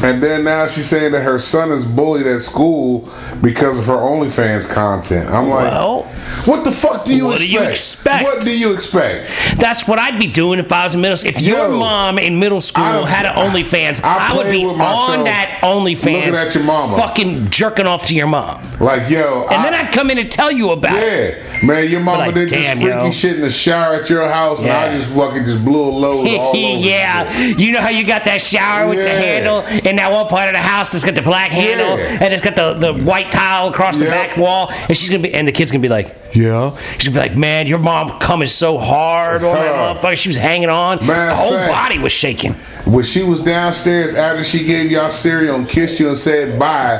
C: And then now she's saying that her son is bullied at school because of her OnlyFans content. I'm like,
A: Well,
C: what the fuck do you
A: what do
C: expect?
A: you expect?
C: What do you expect?
A: that's what I'd be doing if I was in middle school. If your
C: Yo,
A: mom in middle
C: I
A: school
C: don't-
A: had an OnlyFans,
C: I
A: I, would
C: played
A: be
C: with myself
A: on that OnlyFans.
C: looking at your mama.
A: Fucking jerking off to your mom.
C: Like, yo,
A: And
C: I,
A: then I'd come in and tell you about it.
C: Yeah, man, your mama
A: Like,
C: did this
A: damn,
C: freaky
A: yo.
C: shit in the shower at your house, and
A: Yeah.
C: I just fucking just blew a load all over.
A: yeah,
C: the shit.
A: you know how you got that shower with the
C: Yeah.
A: handle, and that one part of the house that's got the black handle,
C: Yeah.
A: and it's got the, the white tile across the
C: Yep.
A: back wall, and she's gonna be, and the kid's gonna be like, yeah, she's gonna be like, man, your mom coming so hard on that
C: Huh.
A: motherfucker, she was hanging on,
C: Matter
A: the
C: of
A: whole
C: fact-
A: body was shaking.
C: When she was downstairs after she gave y'all cereal and kissed you and said bye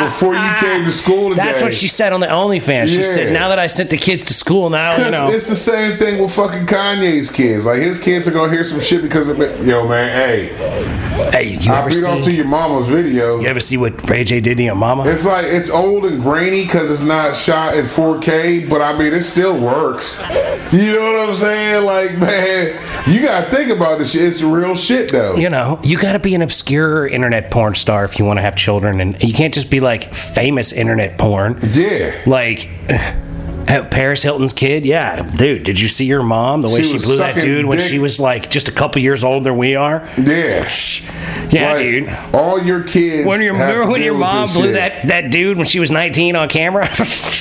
C: before you came to school today.
A: That's what she said on the OnlyFans. She
C: Yeah.
A: said, "Now that I sent the kids to school, now you
C: It's,
A: know."
C: it's the same thing with fucking Kanye's kids. Like his kids are gonna hear some shit because of it. Yo, man, hey,
A: Hey, you
C: I
A: ever
C: beat off to
A: see?
C: your mama's video.
A: You ever see what Ray J did to your mama?
C: It's like it's old and grainy because it's not shot in 4K, but I mean it still works. You know what I'm saying? Like, man, you gotta think about this shit. It's real shit though.
A: you know, you got to be an obscure internet porn star if you want to have children, and you can't just be like famous internet porn.
C: Yeah.
A: Like uh, Paris Hilton's kid, yeah, dude. Did you see your mom? The way
C: She
A: she,
C: was
A: blew that
C: sucking
A: dude when
C: dick.
A: she was like just a couple years older than we are.
C: Yeah.
A: Yeah,
C: Like,
A: dude.
C: All your kids.
A: When your
C: have to
A: remember when
C: deal
A: your
C: with
A: mom
C: this
A: blew
C: shit.
A: that, that dude when she was 19 on camera?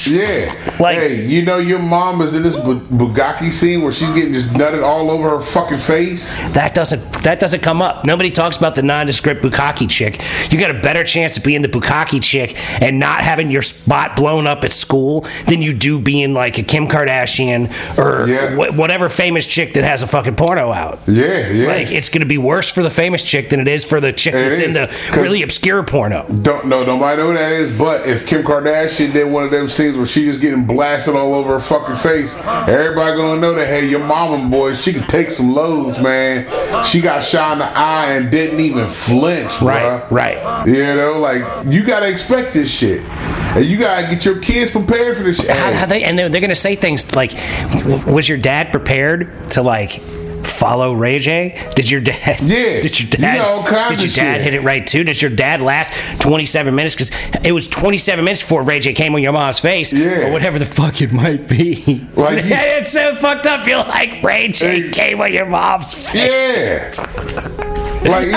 C: Yeah.
A: Like-
C: hey, you know your mom is in this Bu- Bugatti scene where she's getting just nutted all over her fucking face.
A: that doesn't that doesn't come up. Nobody talks about the nondescript bukkake chick. You got a better chance of being the bukkake chick and not having your spot blown up at school than you do being like a Kim Kardashian or
C: Yeah.
A: wh- whatever famous chick that has a fucking porno out.
C: Yeah, yeah.
A: Like it's going to be worse for the famous chick than it is for the chick
C: It
A: that's in
C: is,
A: the
C: 'cause-
A: really obscure porno.
C: Don't know, nobody know who that is, but if Kim Kardashian did one of them scenes where she just getting blasted all over her fucking face, everybody gonna know that, hey, your mama, boy, she could take some loads, man. She got shot in the eye and didn't even flinch,
A: Right,
C: bruh.
A: right.
C: You know, like, you gotta expect this shit. And you gotta get your kids prepared for this shit.
A: How,
C: Hey,
A: how they, and they're, they're going to say things like, "W- "Was your dad prepared to like follow Ray J? Did your dad?
C: Yeah.
A: Did your
C: You
A: dad?
C: got all kinds
A: did your
C: of
A: dad
C: shit.
A: hit it right too? Did your dad last 27 minutes? Because it was 27 minutes before Ray J came on your mom's face,
C: Yeah.
A: or whatever the fuck it might be.
C: Like you-
A: it's so fucked up. You're like Ray J came on your mom's face.
C: Yeah. like even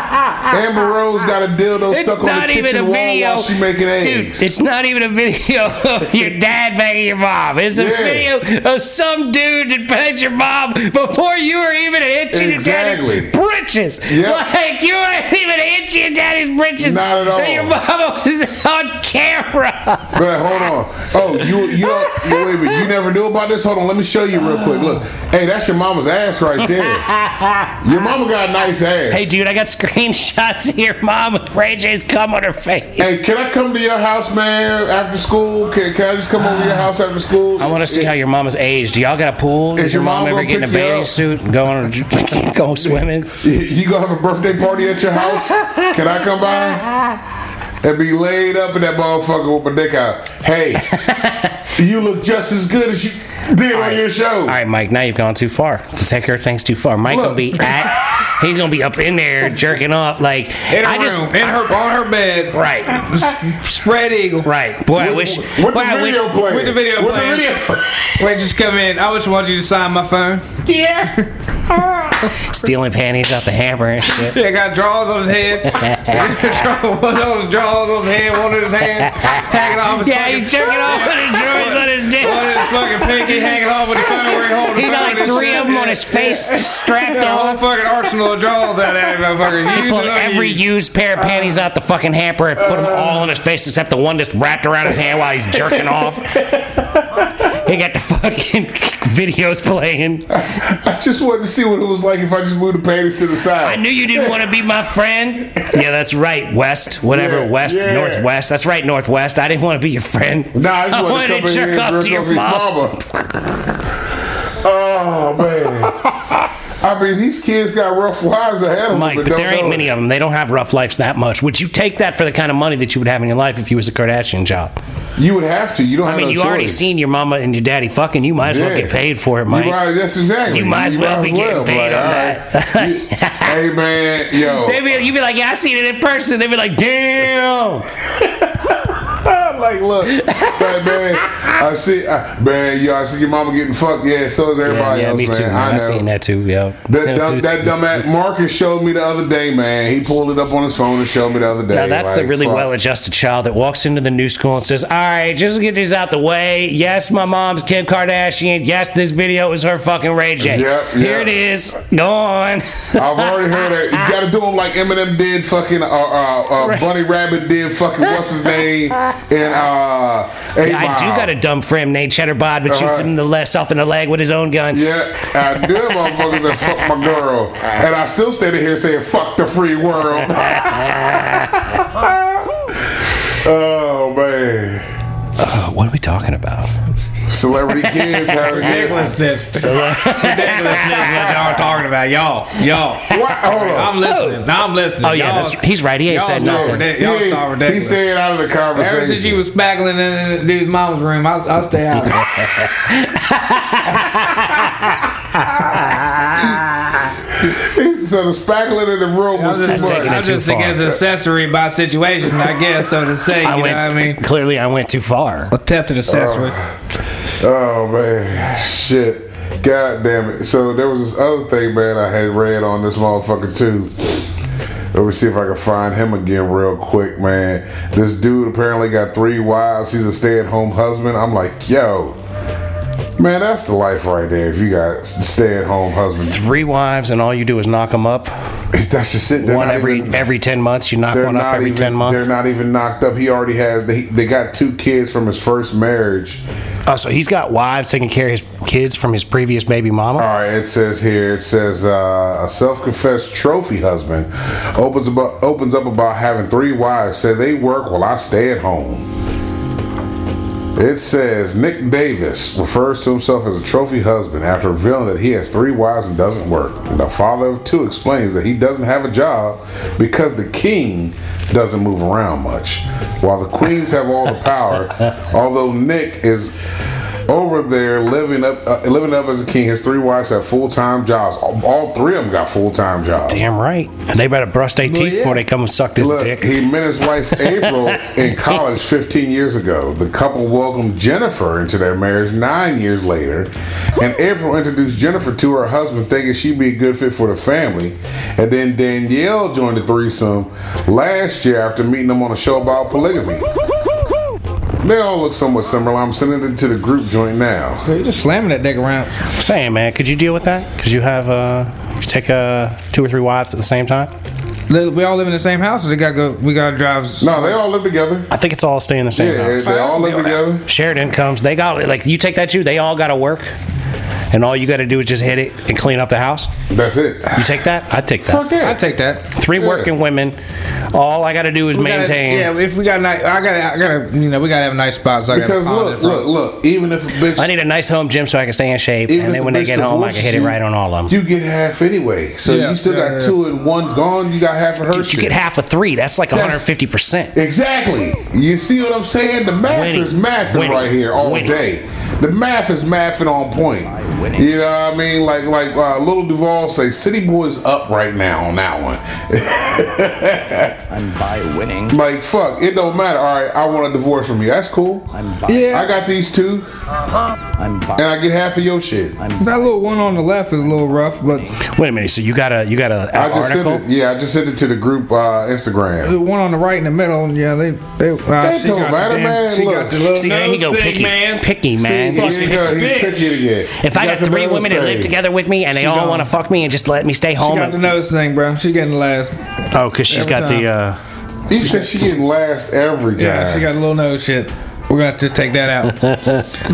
C: Amber Rose got a dildo
A: It's
C: stuck on the
A: not
C: kitchen
A: even a
C: wall
A: video.
C: while she making eggs.
A: Dude, it's not even a video of your dad banging your mom. It's a
C: Yeah.
A: video of some dude that banged your mom before you were even an inch in your
C: Exactly.
A: daddy's britches.
C: Yep.
A: Like you weren't even an inch in your daddy's britches.
C: Not at all.
A: And your mama was on camera.
C: But hold on. Oh, you you don't, you, wait a minute. You never knew about this. Hold on. Let me show you real quick. Look, hey, that's your mama's ass right there. Your mama got a nice ass.
A: Hey, dude, I got screenshots of your mom with Ray J's cum on her face.
C: Hey, can I come to your house, man? After school? Can, can I just come over to your house after school?
A: I want to see how your mama's aged. Y'all got a pool? Did
C: Is
A: your
C: your
A: mom,
C: mom
A: ever
C: gonna
A: get in a
C: pick you
A: bathing
C: up?
A: suit and go on a, go swimming?
C: You gonna have a birthday party at your house? Can I come by? And be laid up in that motherfucker with my dick out. Hey, you look just as good as you did on your show.
A: All right, Mike. Now you've gone too far. To take her things too far. Mike will
C: Look.
A: be at. He's gonna be up in there jerking off like.
B: In her
A: I just-
B: room, in her on her bed,
A: Right.
B: S- spread eagle.
A: Right. Boy, I wish.
C: With
A: boy,
C: the
A: I wish,
C: video playing.
B: With the video
C: With
B: playing.
C: the video.
B: Wait, just come in. I just want you to sign my phone.
A: Stealing panties out the hammer and shit.
B: Yeah, got drawers on his head. one on the drawers on his head, one in his hand, hanging off his
A: Yeah,
B: fucking-
A: he's jerking off with the drawers on his dick.
B: One in his fucking pinky, hanging off with the phone where he holding
A: He
B: the
A: got
B: phone
A: like
B: and
A: three
B: shit.
A: of them on his
B: Yeah.
A: face strapped
B: Got a whole
A: on.
B: fucking arsenal of drawers out of that motherfucker.
A: He
B: Used
A: pulled
B: and
A: every
B: unused.
A: used pair of panties out the fucking hamper and put them all on his face except the one that's wrapped around his hand while he's jerking off. He got the fucking videos playing.
C: I just wanted to see what it was like if I just moved the panties to the
A: I
C: side.
A: knew you didn't want to be my friend. Yeah, that's right, West. Whatever,
C: Yeah,
A: West,
C: yeah.
A: Northwest. That's right, Northwest. I didn't want to be your friend.
C: Nah, I just
A: wanted
C: wanted to come in here
A: jerk
C: and
A: off to
C: jerk
A: your
C: off your
A: mom.
C: mama. Oh man. I mean, these kids got rough lives ahead of
A: Mike,
C: them.
A: but there ain't many of them. They don't have rough lives that much. Would you take that for the kind of money that you would have in your life if you was a Kardashian job?
C: You would have to. You don't
A: I
C: have
A: mean,
C: no
A: you
C: choice.
A: already seen your mama and your daddy fucking. You might as well
C: Yeah.
A: get paid for it, Mike.
C: You might, that's exactly.
A: You might as well be getting paid on
C: alright.
A: that.
C: You- hey man, yo,
A: They'd be, you'd be like, yeah, I seen it in person. They'd be like, damn.
C: like look, like, man, I see, I, man, yo, I see your mama getting fucked. Yeah, so is everybody
A: yeah,
C: else,
A: me
C: man.
A: too. Man. I,
C: I know.
A: seen that too. Yeah.
C: That dumb, that dumb ass Marcus showed me the other day, man. He pulled it up on his phone and showed me the other day.
A: Now that's the
C: Like,
A: really
C: fuck.
A: well-adjusted child that walks into the new school and says, "All right, just to get these out the way. Yes, my mom's Kim Kardashian. Yes, this video is her fucking Ray J.
C: Yep,
A: Here
C: yep.
A: it is. Go on.
C: I've already heard that. You gotta do them like Eminem did, fucking uh, uh, uh, Bunny Rabbit did, fucking what's his name, and then uh, Eight
A: Yeah, I do
C: Mile.
A: got a dumb friend named Cheddar Bod, but shoots
C: Uh-huh.
A: him in the left off in the leg with his own gun.
C: Yeah, I did, motherfuckers, that fuck my girl, and I still standing here saying "fuck the free world." oh man,
A: Uh, what are we talking about?
C: celebrity kids having kids.
B: Ridiculousness. Ridiculousness that y'all talking about. Y'all. Y'all.
C: Why- hold on.
B: I'm listening. Now I'm listening.
A: Oh yeah,
B: Y'all-
A: that's, he's right. He ain't
B: y'all
A: said
B: know
A: nothing.
B: that- Y'all
C: He-
B: sound
C: he
B: ridiculous.
C: stayed out of the conversation.
B: Ever since you was spackling in the dude's mom's room, I'll, I'll stay out. of it.
C: He- so the spackling in the room was too
B: I'm
C: much.
B: just,
A: taking it
B: I'm
A: too
B: just
A: far.
B: against accessory by situation, I guess, so to say. You
A: I
B: know what
A: went.
B: I mean?
A: Clearly, I went too far.
B: Attempted accessory.
C: Oh man, shit. God damn it. So there was this other thing, man, I had read on this motherfucker too. Let me see if I can find him again real quick, man. This dude apparently got three wives. He's a stay-at-home husband. I'm like, yo, man, that's the life right there. If you got stay-at-home husband,
A: Three wives, and all you do is knock them up.
C: that's just it. They're
A: one
C: not
A: every
C: even-
A: every ten months. You knock
C: they're
A: one up
C: not
A: every
C: even,
A: ten months.
C: They're not even knocked up. He already has. They, they got two kids from his first marriage.
A: Oh, so he's got wives taking care of his kids from his previous baby mama.
C: All right, it says here, it says uh, a self-confessed trophy husband opens about opens up about having three wives. Said they work while I stay at home. It says Nick Davis refers to himself as a trophy husband after revealing that he has three wives and doesn't work. The father of two explains that he doesn't have a job because the king doesn't move around much, while the queens have all the power. although Nick is over there living up uh, living up as a king, his three wives have full time jobs. All, all three of them got full time jobs.
A: Damn right. And they better brush their teeth
B: yeah.
A: before they come and suck this
C: Look,
A: dick.
C: he met his wife April in college 15 years ago. The couple welcomed Jennifer into their marriage nine years later, and April introduced Jennifer to her husband, thinking she'd be a good fit for the family. And then Danielle joined the threesome last year after meeting them on a show about polygamy. They all look somewhat similar. I'm sending it to the group joint now.
B: You're just slamming that dick around.
A: I'm saying, man, could you deal with that? Could you have uh, you take uh, two or three wives at the same time?
B: Li- We all live in the same house, so we gotta go. We gotta drive.
C: No, they all live together.
A: I think it's all stay in the same
C: Yeah,
A: house.
C: they all live together.
A: Shared incomes. They got like you take that you. They all got to work, and all you got to do is just hit it and clean up the house.
C: That's it.
A: You take that? I'd take that.
C: Fuck yeah.
B: I take that.
A: Three
C: yeah.
A: working women. All I got to do is
B: We gotta-
A: maintain.
B: yeah, if we got a nice, I gotta, I gotta, you know, we gotta have a nice spot. So I gotta
C: Because
B: find it
C: look,
B: from.
C: look, look. Even if a bitch
A: I need a nice home gym so I can stay in shape, and
C: Even if
A: then
C: the
A: when they
C: bitch
A: get home, I can
C: divorces
A: hit it
C: you,
A: right on all of them.
C: You get half anyway, so
B: Yeah,
C: you still
B: yeah,
C: got
B: yeah.
C: two and one gone. You got half of her.
A: Dude, you
C: shit.
A: get half of three. That's like
C: That's-
A: 150 percent.
C: Exactly. You see what I'm saying? The math
A: Winning.
C: is mathing
A: Winning.
C: right here all
A: Winning.
C: day. The math is mathing on point. You know what I mean? Like like uh, Little Duval say, City Boy's up right now on that one.
D: I'm by winning.
C: like fuck, it don't matter. All right, I want a divorce from you. That's cool.
D: I'm by.
B: Yeah.
C: I got these two,
A: Uh-huh.
D: I'm by.
C: and I get half of your shit.
B: That little one on the left is a little rough, but
A: Wait a minute. So you got a you got a, a
C: I just
A: article?
C: sent it. Yeah, I just sent it to the group uh, Instagram.
B: the one on the right in the middle, yeah, they, they, uh,
C: That
B: she
C: don't
B: got
C: matter,
B: the damn,
C: man.
B: She
C: Look.
B: got the little
A: See, there he
B: nose
A: go,
B: thing,
A: picky,
B: man.
A: picky man.
C: See,
A: He's
C: here you
A: picky.
C: go. He's
B: bitch.
C: picky again.
A: If
C: He
A: I got,
C: the
A: three
C: nose
A: women that live
C: thing.
A: together with me and they
B: She
A: all
B: gone.
A: want to fuck me and just let me stay
B: She
A: home,
B: got the
A: and,
B: nose thing, bro. She getting last.
A: oh, because she's
B: every
A: got
B: time.
A: the. uh
C: He said she getting last every time.
B: Yeah, she got a little nose shit. We're gonna have to take that out.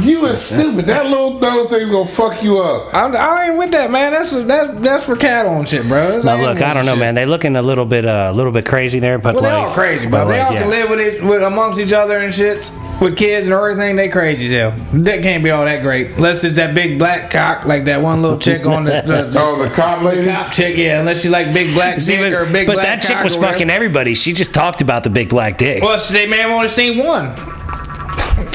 C: you is stupid. That little nose thing's gonna fuck you up.
B: I'm, I ain't with that, man. That's that's that's for cat on shit, bro. That's
A: Now
B: animal
A: look, I don't know,
B: shit.
A: man. They looking a little bit, uh, a little bit crazy there, but
B: Well, they
A: like,
B: all crazy, bro.
A: but
B: They
A: like,
B: all
A: yeah.
B: can live with it with amongst each other and shits with kids and everything. They crazy as hell. That can't be all that great unless it's that big black cock like that one little chick on the, the, the
C: Oh, the cop lady.
B: cop chick. Yeah, unless you like big black
A: See, but,
B: dick or big
A: but
B: black
A: that chick
B: cock
A: was
B: or whatever.
A: fucking everybody. She just talked about the big black dick.
B: Well, she- they may have only seen one.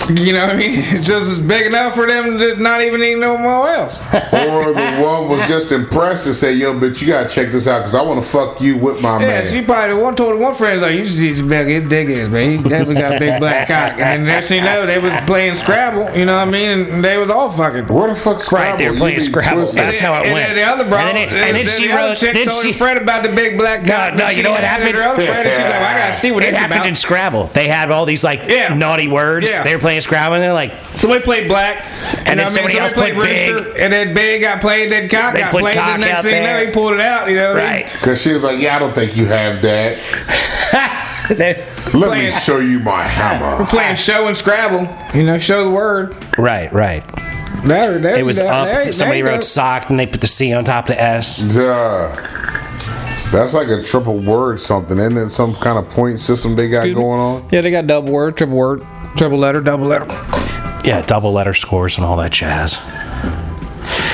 B: You know what I mean? It's just big enough for them to not even need no more else.
C: or the one was just impressed and said, "Yo, bitch, you gotta check this out because I want to fuck you with my
B: Yeah,
C: man."
B: she probably the one told one friend like, "You should see this big his dick is, man. He definitely got a big black cock." And then next thing you know, they was playing Scrabble. You know what I mean? And they was all fucking.
C: Where the fuck Scrabble?
A: right there
C: You
A: playing
C: be
A: Scrabble.
C: twisted.
A: That's how it
B: and
A: went.
B: Then the other bro,
A: and then, it, and then
B: the
A: she
B: other
A: wrote.
B: chick
A: Then
B: told
A: she.
B: her friend about the big black cock.
A: no, you know what
B: She
A: happened?
B: asked Her other friend, and she was like, well, "I gotta see what
A: it
B: it's
A: happened in
B: about."
A: Scrabble. They had all these like
B: Yeah.
A: naughty words.
B: Yeah.
A: They were playing Scrabble and they're like,
B: Somebody played black,
A: And then
B: you know what I mean?
A: somebody else played
B: and then big got played, then cock
A: They
B: got
A: put
B: played,
A: cock
B: and next
A: out
B: thing you know,
A: there.
B: he pulled it out. You know what I mean?
A: right.
C: Cause she was like, "Yeah, I don't think you have that."
A: They're-
C: Let me
B: Playing-
C: show you my hammer.
B: Playing show and Scrabble, you know, show the word.
A: right, right.
B: There, there
A: It was
B: you go.
A: up.
B: There- there
A: Somebody
B: you go.
A: wrote sock, and they put the C on top of the S.
C: Duh. That's like a triple word something, isn't it? Some kind of point system they got going on.
B: Yeah, they got double word, triple word, triple letter, double letter.
A: Yeah, double letter scores and all that jazz.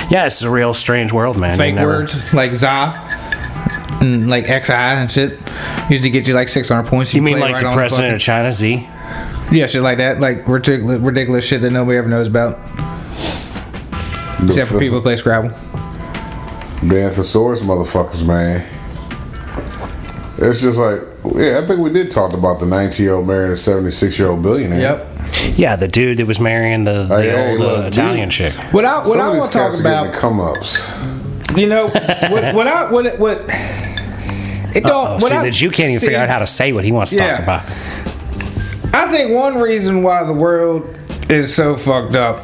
A: Yeah, it's a real strange world, man. You
B: Fake
A: never-
B: words like za and like xi and shit. Usually get you like 600 points.
A: You mean
B: play
A: like
B: right
A: the
B: on
A: president
B: fucking-
A: of China, Z?
B: Yeah, shit like that. Like ridiculous, ridiculous shit that nobody ever knows about. Except for people who play Scrabble.
C: Damn thesaurus motherfuckers, man. It's just like, yeah, I think we did talk about the 19 year old marrying a 76 year old billionaire.
B: Yep.
A: Yeah, the dude that was marrying the, the
C: Hey, hey,
A: old
C: look,
A: uh, Italian
C: dude.
A: chick.
B: What I, what
C: Some
B: I want
C: of these
B: to talk
C: cats are getting
B: about,
C: the come ups.
B: you know, what, what I, what, what, it don't,
A: Oh,
B: what
A: see,
B: I,
A: the Jew can't even figure
B: see,
A: out how to say what he wants to
B: Yeah.
A: talk about.
B: I think one reason why the world is so fucked up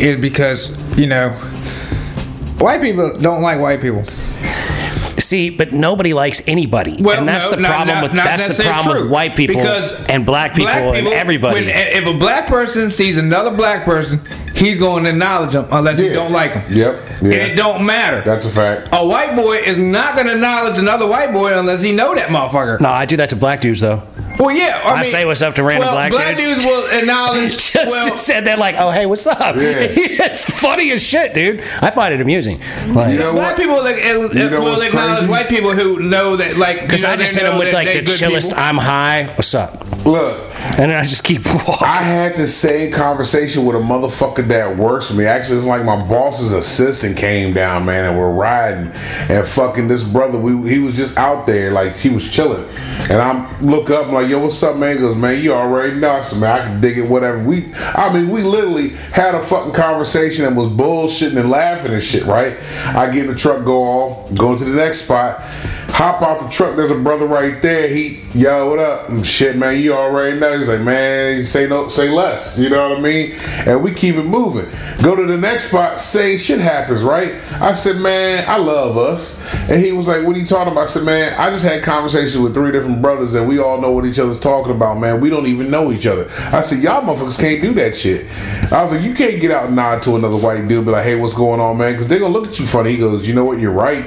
B: is because, you know, white people don't like white people.
A: See, but nobody likes anybody,
B: Well,
A: and that's
B: no,
A: the
B: not-
A: problem.
B: not-
A: with,
B: not
A: that's the
B: necessarily
A: problem with
B: true.
A: white people
B: Because
A: and black people,
B: black
A: and
B: people,
A: everybody.
B: when- if a black person sees another black person, he's going to acknowledge them unless he
C: Yeah.
B: don't like them.
C: Yep. Yeah.
B: And it don't Oh, matter.
C: That's a fact.
B: a white boy is not going to acknowledge another white boy unless he know that motherfucker.
A: no, I do that to black dudes though.
B: Well, yeah. I,
A: I
B: mean,
A: say what's up to random
B: well,
A: black dudes.
B: dudes. will acknowledge.
A: Just
B: well,
A: said that like, oh hey, what's up? it's funny as shit, dude. I find it amusing. Like,
C: You know
B: black
C: what?
B: people like, uh,
C: You know
B: will
C: what's
B: acknowledge
C: crazy?
B: white people who know that, like,
A: because
B: you know,
A: I just
B: they
A: hit them
B: know
A: with
B: that
A: like
B: they
A: the
B: good
A: chillest.
B: people.
A: I'm high. What's up?
C: Look,
A: And then I just keep walking.
C: I had the same conversation with a motherfucker that works for me. Actually, it's like my boss's assistant came down, man, and we're riding, and fucking this brother, we he was just out there, like he was chilling, and I look up, I'm like, yo, what's up, man? He goes, man, you already know, I said, man, I can dig it, whatever. We, I mean, we literally had a fucking conversation and was bullshitting and laughing and shit, right? I get in the truck, go off, go to the next spot. Hop out the truck. There's a brother right there. He, yo, what up? Mm, Shit, man, you already know. He's like, man, say no, say less. You know what I mean? And we keep it moving. Go to the next spot. Same shit happens, right? I said, man, I love us. And he was like, what are you talking about? I said, man, I just had conversations with three different brothers, and we all know what each other's talking about, man. We don't even know each other. I said, y'all motherfuckers can't do that shit. I was like, you can't get out and nod to another white dude, be like, hey, what's going on, man? Because they're gonna look at you funny. He goes, you know what? You're right.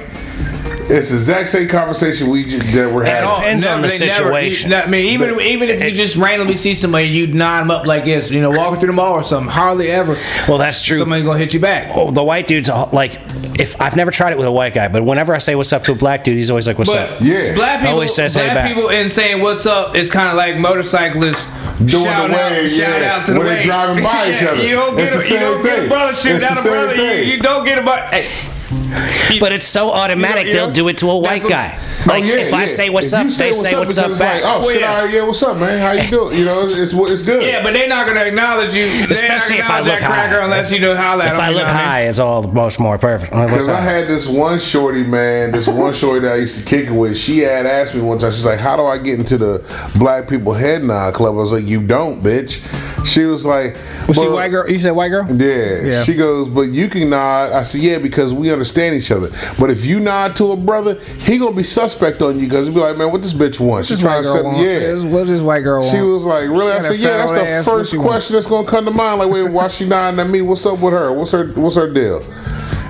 C: It's the exact same conversation we just that we're
A: At all.
C: having.
A: Depends
B: Never-
A: on the
B: they never-
A: situation.
B: you- I mean, even even if you just randomly see somebody, you nod them up like this, you know, walking through the mall or something. Hardly ever.
A: Well, that's true.
B: Somebody gonna hit you back.
A: Oh, the white dude's all- like, if I've never tried it with a white guy, but whenever I say what's up to a black dude, he's always like, "What's
B: But
A: up?"
C: Yeah.
B: black people,
A: Always says, "Hey,
B: black
A: back."
B: people, and saying "What's up" is kind of like motorcyclists
C: Doing
B: shout
C: the
B: out,
C: wave,
B: shout
C: yeah,
B: out to the
C: when they
B: way.
C: driving by each other.
B: You don't get
C: It's
B: a,
C: the
B: you don't
C: same
B: get a
C: thing.
B: brothership
C: It's
B: without
C: the
B: a brother.
C: same thing.
B: You, you don't get a brother. Hey,
A: But it's so automatic;
B: You know-
A: they'll do it to a white
B: That's what-
A: guy.
C: Oh,
A: Like
C: yeah,
A: if I
C: yeah.
A: say what's
C: If
A: up,
C: you
A: they say what's
C: because
A: up
C: it's
A: back.
C: Like, oh
B: Well,
C: shit!
B: yeah.
C: alright, yeah, what's up, man? How you doing? You know, it's it's, it's good.
B: yeah, but they're not gonna acknowledge you. They're not
A: Especially
B: gonna
A: if I
B: acknowledge
A: look
B: that cracker
A: high.
B: unless you know holla at
A: if
B: them,
A: I
B: you
A: look
B: know what mean?
A: high, it's all the most more perfect. I'm like, what's
C: Cause I
A: up?
C: had this one shorty, man, this one shorty that I used to kick it with. She had asked me one time, she's like, How do I get into the black people head nod club? I was like, You don't, bitch. She was like,
B: Was she
C: "Well,
B: white girl? You said white girl?
C: Yeah.
B: Yeah.
C: She goes, but you can nod. I said, yeah, because we understand each other. But if you nod to a brother, he gonna be suspect on you because he'll be like, man, what this bitch want?
B: This
C: She's trying
B: white
C: to
B: girl
C: set
B: want. This-
C: yeah.
B: What does white girl want?
C: She was like, really? I
B: got a
C: said, yeah, that's
B: fat
C: the
B: old ass. What
C: first
B: she want?
C: question that's gonna come to mind. Like, wait, why she nodding at me? What's up with her? What's her What's her deal?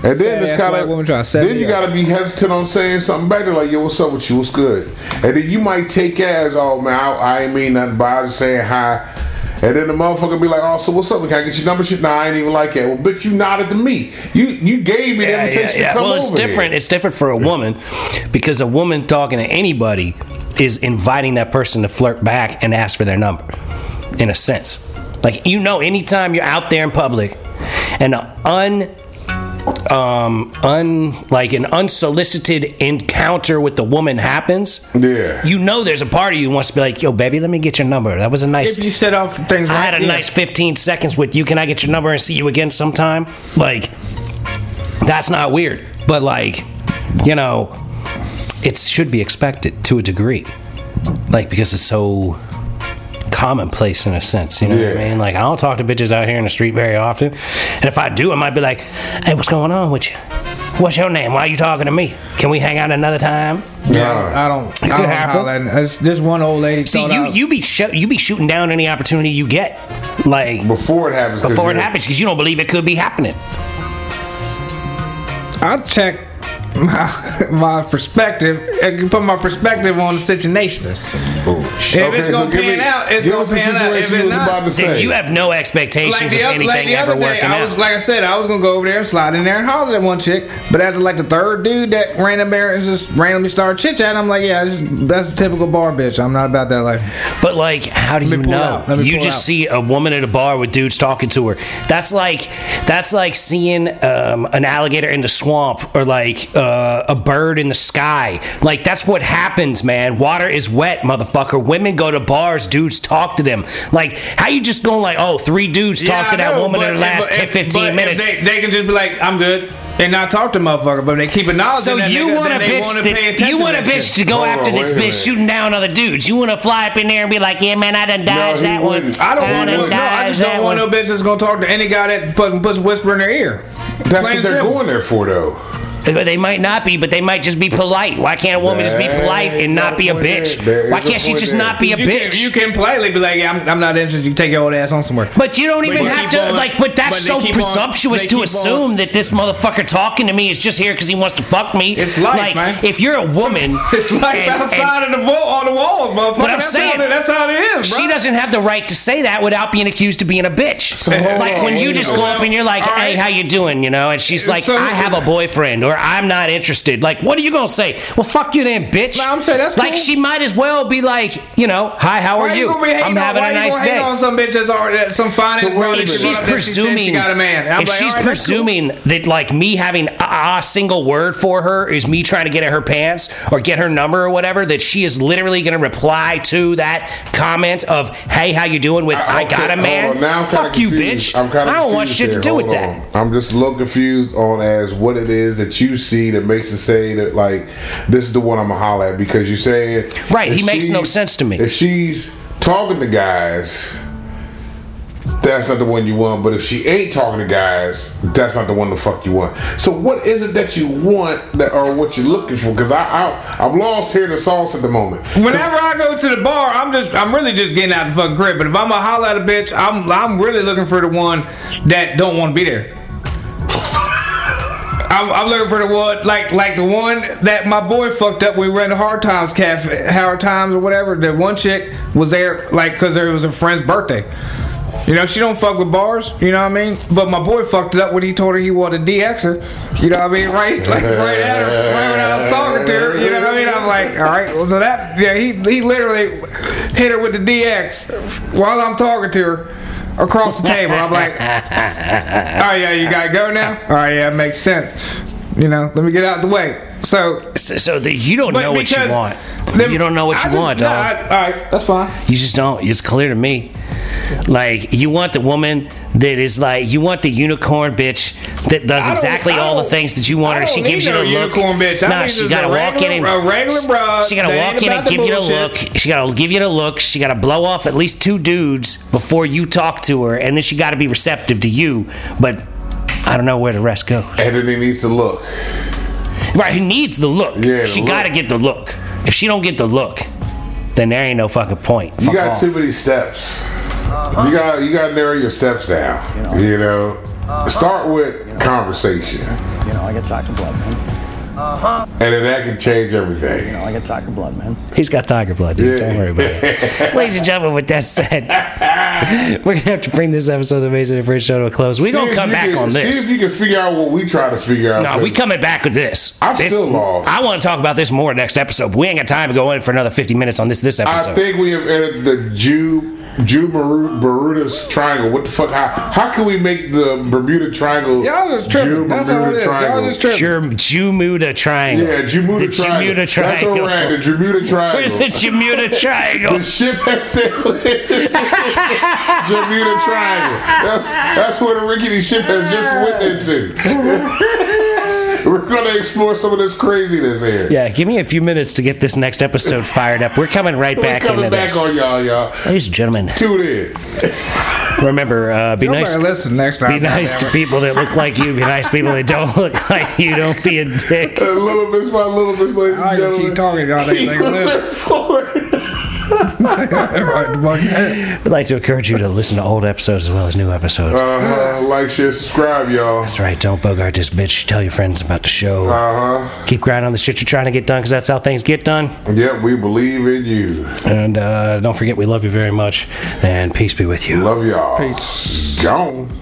C: And then
B: Fat
C: it's
B: ass
C: kind
B: white woman trying to
C: of
B: set
C: then
B: me
C: you
B: up.
C: gotta be hesitant on saying something back. They're like, yo, what's up with you? What's good? And then you might take it as, oh man, I, I ain't mean nothing by I was saying hi. And then the motherfucker be like, oh, so what's up? Can I get your number? Shit, nah, I ain't even like that. Well, bitch, you nodded to me. You you gave me the
A: Yeah,
C: invitation
A: yeah, yeah.
C: to come
A: Well, it's
C: over here.
A: different. It's different for a woman because a woman talking to anybody is inviting that person to flirt back and ask for their number, in a sense. Like you know, anytime you're out there in public, and a un um un like an unsolicited encounter with the woman happens
C: Yeah.
A: you know there's a part of you who wants to be like yo baby let me get your number that was a nice
B: if you set off things.
A: I
B: right,
A: had a
B: yeah.
A: nice 15 seconds with you. Can I get your number and see you again sometime? Like, that's not weird. But, like, you know, it should be expected to a degree. Like, because it's so commonplace in a sense. You know what I
C: Yeah.
A: mean? Like, I don't talk to bitches out here in the street very often. And if I do, I might be like, hey, what's going on with you? What's your name? Why are you talking to me? Can we hang out another time?
C: Nah.
B: I don't.
A: It could
B: I don't know
A: happen.
B: how that. That's, this one old lady.
A: See,
B: thought I
A: you
B: was-
A: you be sho- you be shooting down any opportunity you get, like
C: Before it happens. 'cause
A: before it
C: you're-
A: happens, because you don't believe it could be happening.
B: I'll check my my perspective. I can put my perspective on the situation.
C: If
B: If it's gonna pan out, it's
C: give
B: gonna
C: us the
B: pan out. If
C: situation
B: it
C: you was
B: not,
C: about to
A: Then
C: say.
A: you have no expectations
B: Like
A: of
B: the, other,
A: anything
B: like the
A: ever
B: other day,
A: working
B: I
A: out.
B: was like I said, I was gonna go over there and slide in there and holler at one chick, but after like the third dude that random there and just randomly started chit chatting, I'm like, yeah, this is, that's a typical bar bitch. I'm not about that life.
A: But like, how do
B: me
A: you
B: pull
A: know?
B: out. Let me
A: You
B: pull
A: just
B: out.
A: see a woman at a bar with dudes talking to her. That's like that's like seeing um, an alligator in the swamp or like uh, a bird in the sky. Like that's what happens, man. Water is wet, motherfucker. Women go to bars, dudes talk to them. Like how you just going like, oh, three dudes talk to that woman in the last 10, 15 minutes.
B: They, they can just be like, I'm good, and not talk to motherfucker, but they keep acknowledging.
A: so
B: that
A: you
B: nigga,
A: want a
B: then they wanna
A: bitch?
B: pay
A: That,
B: attention
A: you want a
B: that
A: bitch
B: shit.
A: to go
C: Hold
A: after
C: on,
A: this
C: wait a
A: bitch
C: minute.
A: shooting down other dudes? You want to fly up in there and be like, "Yeah, man, I done dodged
C: he
A: that one.
C: wouldn't.
B: I don't
A: I
B: want
A: done
B: no, no, I
A: dodged
B: just don't
A: that
B: want
A: one."
B: no bitch that's gonna talk to any guy that puts, puts a whisper in their ear.
C: That's
B: Plain
C: what
B: and
C: they're
B: simple.
C: going there for, though.
A: But They might not be, but they might just be polite. Why can't a woman just be
C: There
A: polite
C: is
A: and not
C: no
A: be a
C: point there.
A: bitch?
C: There is
A: Why
C: no
A: can't she
C: point
A: just
C: there.
A: not be a
B: you
A: bitch?
B: Can, you can politely be like, yeah, I'm, I'm not interested. You take your old ass on somewhere.
A: but you don't even
B: they
A: have
B: keep
A: to
B: on-
A: like. But that's
B: but they
A: so
B: keep on-
A: presumptuous
B: they
A: to
B: keep
A: assume that this motherfucker talking to me is just here because he wants to fuck me.
B: It's life,
A: like,
B: man.
A: If you're a woman,
B: It's like
A: and- and
B: outside of the wall, on the walls, motherfucker.
A: But I'm
B: that's
A: saying-
B: how, it- that's how it is, bro.
A: She doesn't have the right to say that without being accused of being a bitch. like when you just go up and you're like,
B: All
A: "Hey,
B: right.
A: how you doing?" You know, and she's like,
B: So-
A: "I have a boyfriend," or "I'm not interested." Like, what are you gonna say? Well, fuck you then, bitch.
B: No, I'm saying that's
A: like
B: cool.
A: she might as well be like, you know, "Hi, how
B: Why
A: are you?
B: gonna be hating
A: I'm
B: on-
A: having
B: why
A: a
B: you
A: nice
B: gonna hate
A: day."
B: on some bitch that's already that's some fine
C: So
B: ass
C: wait a
B: broad
C: minute.
B: that
A: If
B: she
A: she's
B: brought up that she said
A: presuming,
B: she got a man. And I'm
A: if
B: like,
A: she's
B: all right, that's cool.
A: presuming that like me having a, a single word for her is me trying to get at her pants or get her number or whatever, that she is literally going to reply to that comment of "Hey, how you doing?" with "I,
C: Okay,
A: got a
C: hold
A: man."
C: on. Now I'm kinda
A: Fuck you,
C: confused.
A: bitch.
C: I'm kind of
A: I don't want shit to do with that.
C: I'm just a little confused on as what it is that you see that makes it say that like this is the one I'm gonna holler at because you're saying
A: Right,
C: if
A: he makes no
C: she's-
A: sense to me.
C: If she's talking to guys, that's not the one you want. But if she ain't talking to guys, that's not the one the fuck you want. So what is it that you want that or what you're looking for? Because I, I I'm lost here in the sauce at the moment.
B: Whenever I go to the bar, I'm just I'm really just getting out the fucking crib. But if I'm gonna holler at a bitch, I'm I'm really looking for the one that don't want to be there. I'm, I'm looking for the one like like the one that my boy fucked up. when We were in the Hard Times Cafe, Hard Times or whatever. The one chick was there like because it was a friend's birthday. You know, she don't fuck with bars, you know what I mean? But my boy fucked it up when he told her he wanted a DXer. You know what I mean? Right like right at her, right when I was talking to her, you know what I mean? I'm like, all right, well, so that yeah, he he literally hit her with the DX while I'm talking to her across the table. I'm like, Oh yeah, you gotta go now? Alright, yeah, makes sense. You know, let me get out of the way. So
A: So, so that you don't
B: but
A: know what you
B: because-
A: want.
B: then
A: you don't know what
B: I
A: you
B: just-
A: want,
B: nah,
A: dog.
B: I- all right, that's fine.
A: You just don't. It's clear to me. Like you want the woman that is like you want the unicorn bitch that does
B: I don't-
A: exactly
B: I
A: all the
B: don't-
A: things that you want
B: I
A: her. She
B: don't
A: gives you the
B: need no
A: look.
B: unicorn bitch. I
A: Nah,
B: need
A: she
B: just
A: gotta
B: a
A: walk in and
B: regular- a regular broad
A: She gotta
B: that
A: walk in
B: ain't
A: and
B: about the
A: give you the look.
B: bullshit.
A: She gotta give you the look. She gotta blow off at least two dudes before you talk to her, and then she gotta be receptive to you. But I don't know where the rest goes.
C: And then he needs to look.
A: Right? Who needs the look?
C: Yeah, the
A: she
C: look.
A: gotta get the look. If she don't get the look, then there ain't no fucking point.
C: You
A: Fuck
C: got
A: off.
C: too many steps.
D: Uh-huh.
C: You got you got to narrow your steps down. You know, start with conversation, and
D: Uh-huh. You know, I got tiger blood, man.
C: then that can change everything.
D: You know, I got tiger blood, man.
A: He's got tiger blood, dude.
C: Yeah.
A: Don't worry about it. Ladies and gentlemen, with that said, we're gonna have to bring this episode of the Amazing and French Show to a close. We
C: See
A: gonna
C: if
A: come
C: you
A: back
C: can-
A: on
C: See
A: this.
C: if you can figure out what we try to figure out.
A: No, we
C: 'cause
A: coming back with this.
C: I'm
A: This-
C: still lost.
A: I want to talk about this more next episode. but We ain't got time to go in for another 50 minutes on this this
C: I
A: episode.
C: think we have entered the Jew Jew Baru- Bermuda's Triangle. What the fuck? How how can we make the Bermuda Triangle?
B: Y'all just tripping.
C: Jew
B: That's all it
C: Bermuda
B: is. Y'all
C: Triangle.
B: just tripping.
A: Jer- Jumuda Triangle.
C: Yeah, Bermuda
A: the
C: Triangle.
A: Jumuda
C: That's where
A: Triangle.
C: we're at. The Bermuda Triangle.
A: the Jumuda Triangle.
C: The ship that sailed in Bermuda Triangle. That's that's where the rickety ship has just went into. We're gonna want to explore some of this craziness here.
A: Yeah, give me a few minutes to get this next episode fired up. We're coming right
C: We're
A: back
C: coming
A: into
C: back
A: this.
C: on y'all, y'all.
A: Ladies and gentlemen,
C: Tune in.
A: remember, uh, be
B: Nobody
A: nice.
B: listen next time.
A: Be nice to people that look like you. Be nice to people that don't look like you. Don't be a dick.
C: A little bit by little bit, ladies
B: I
C: and
B: can keep
C: gentlemen.
B: talking y'all. They
C: Keep
B: think I live.
C: moving forward.
B: Right,
A: I'd like to encourage you to listen to old episodes as well as new episodes.
C: Uh-huh. Like, share, subscribe, y'all.
A: That's right. Don't bogart this bitch. Tell your friends about the show.
C: Uh-huh.
A: Keep grinding on the shit you're trying to get done because that's how things get done.
C: Yep, we believe in you.
A: And uh, don't forget, we love you very much. And peace be with you.
C: Love y'all.
B: Peace.
C: Gone.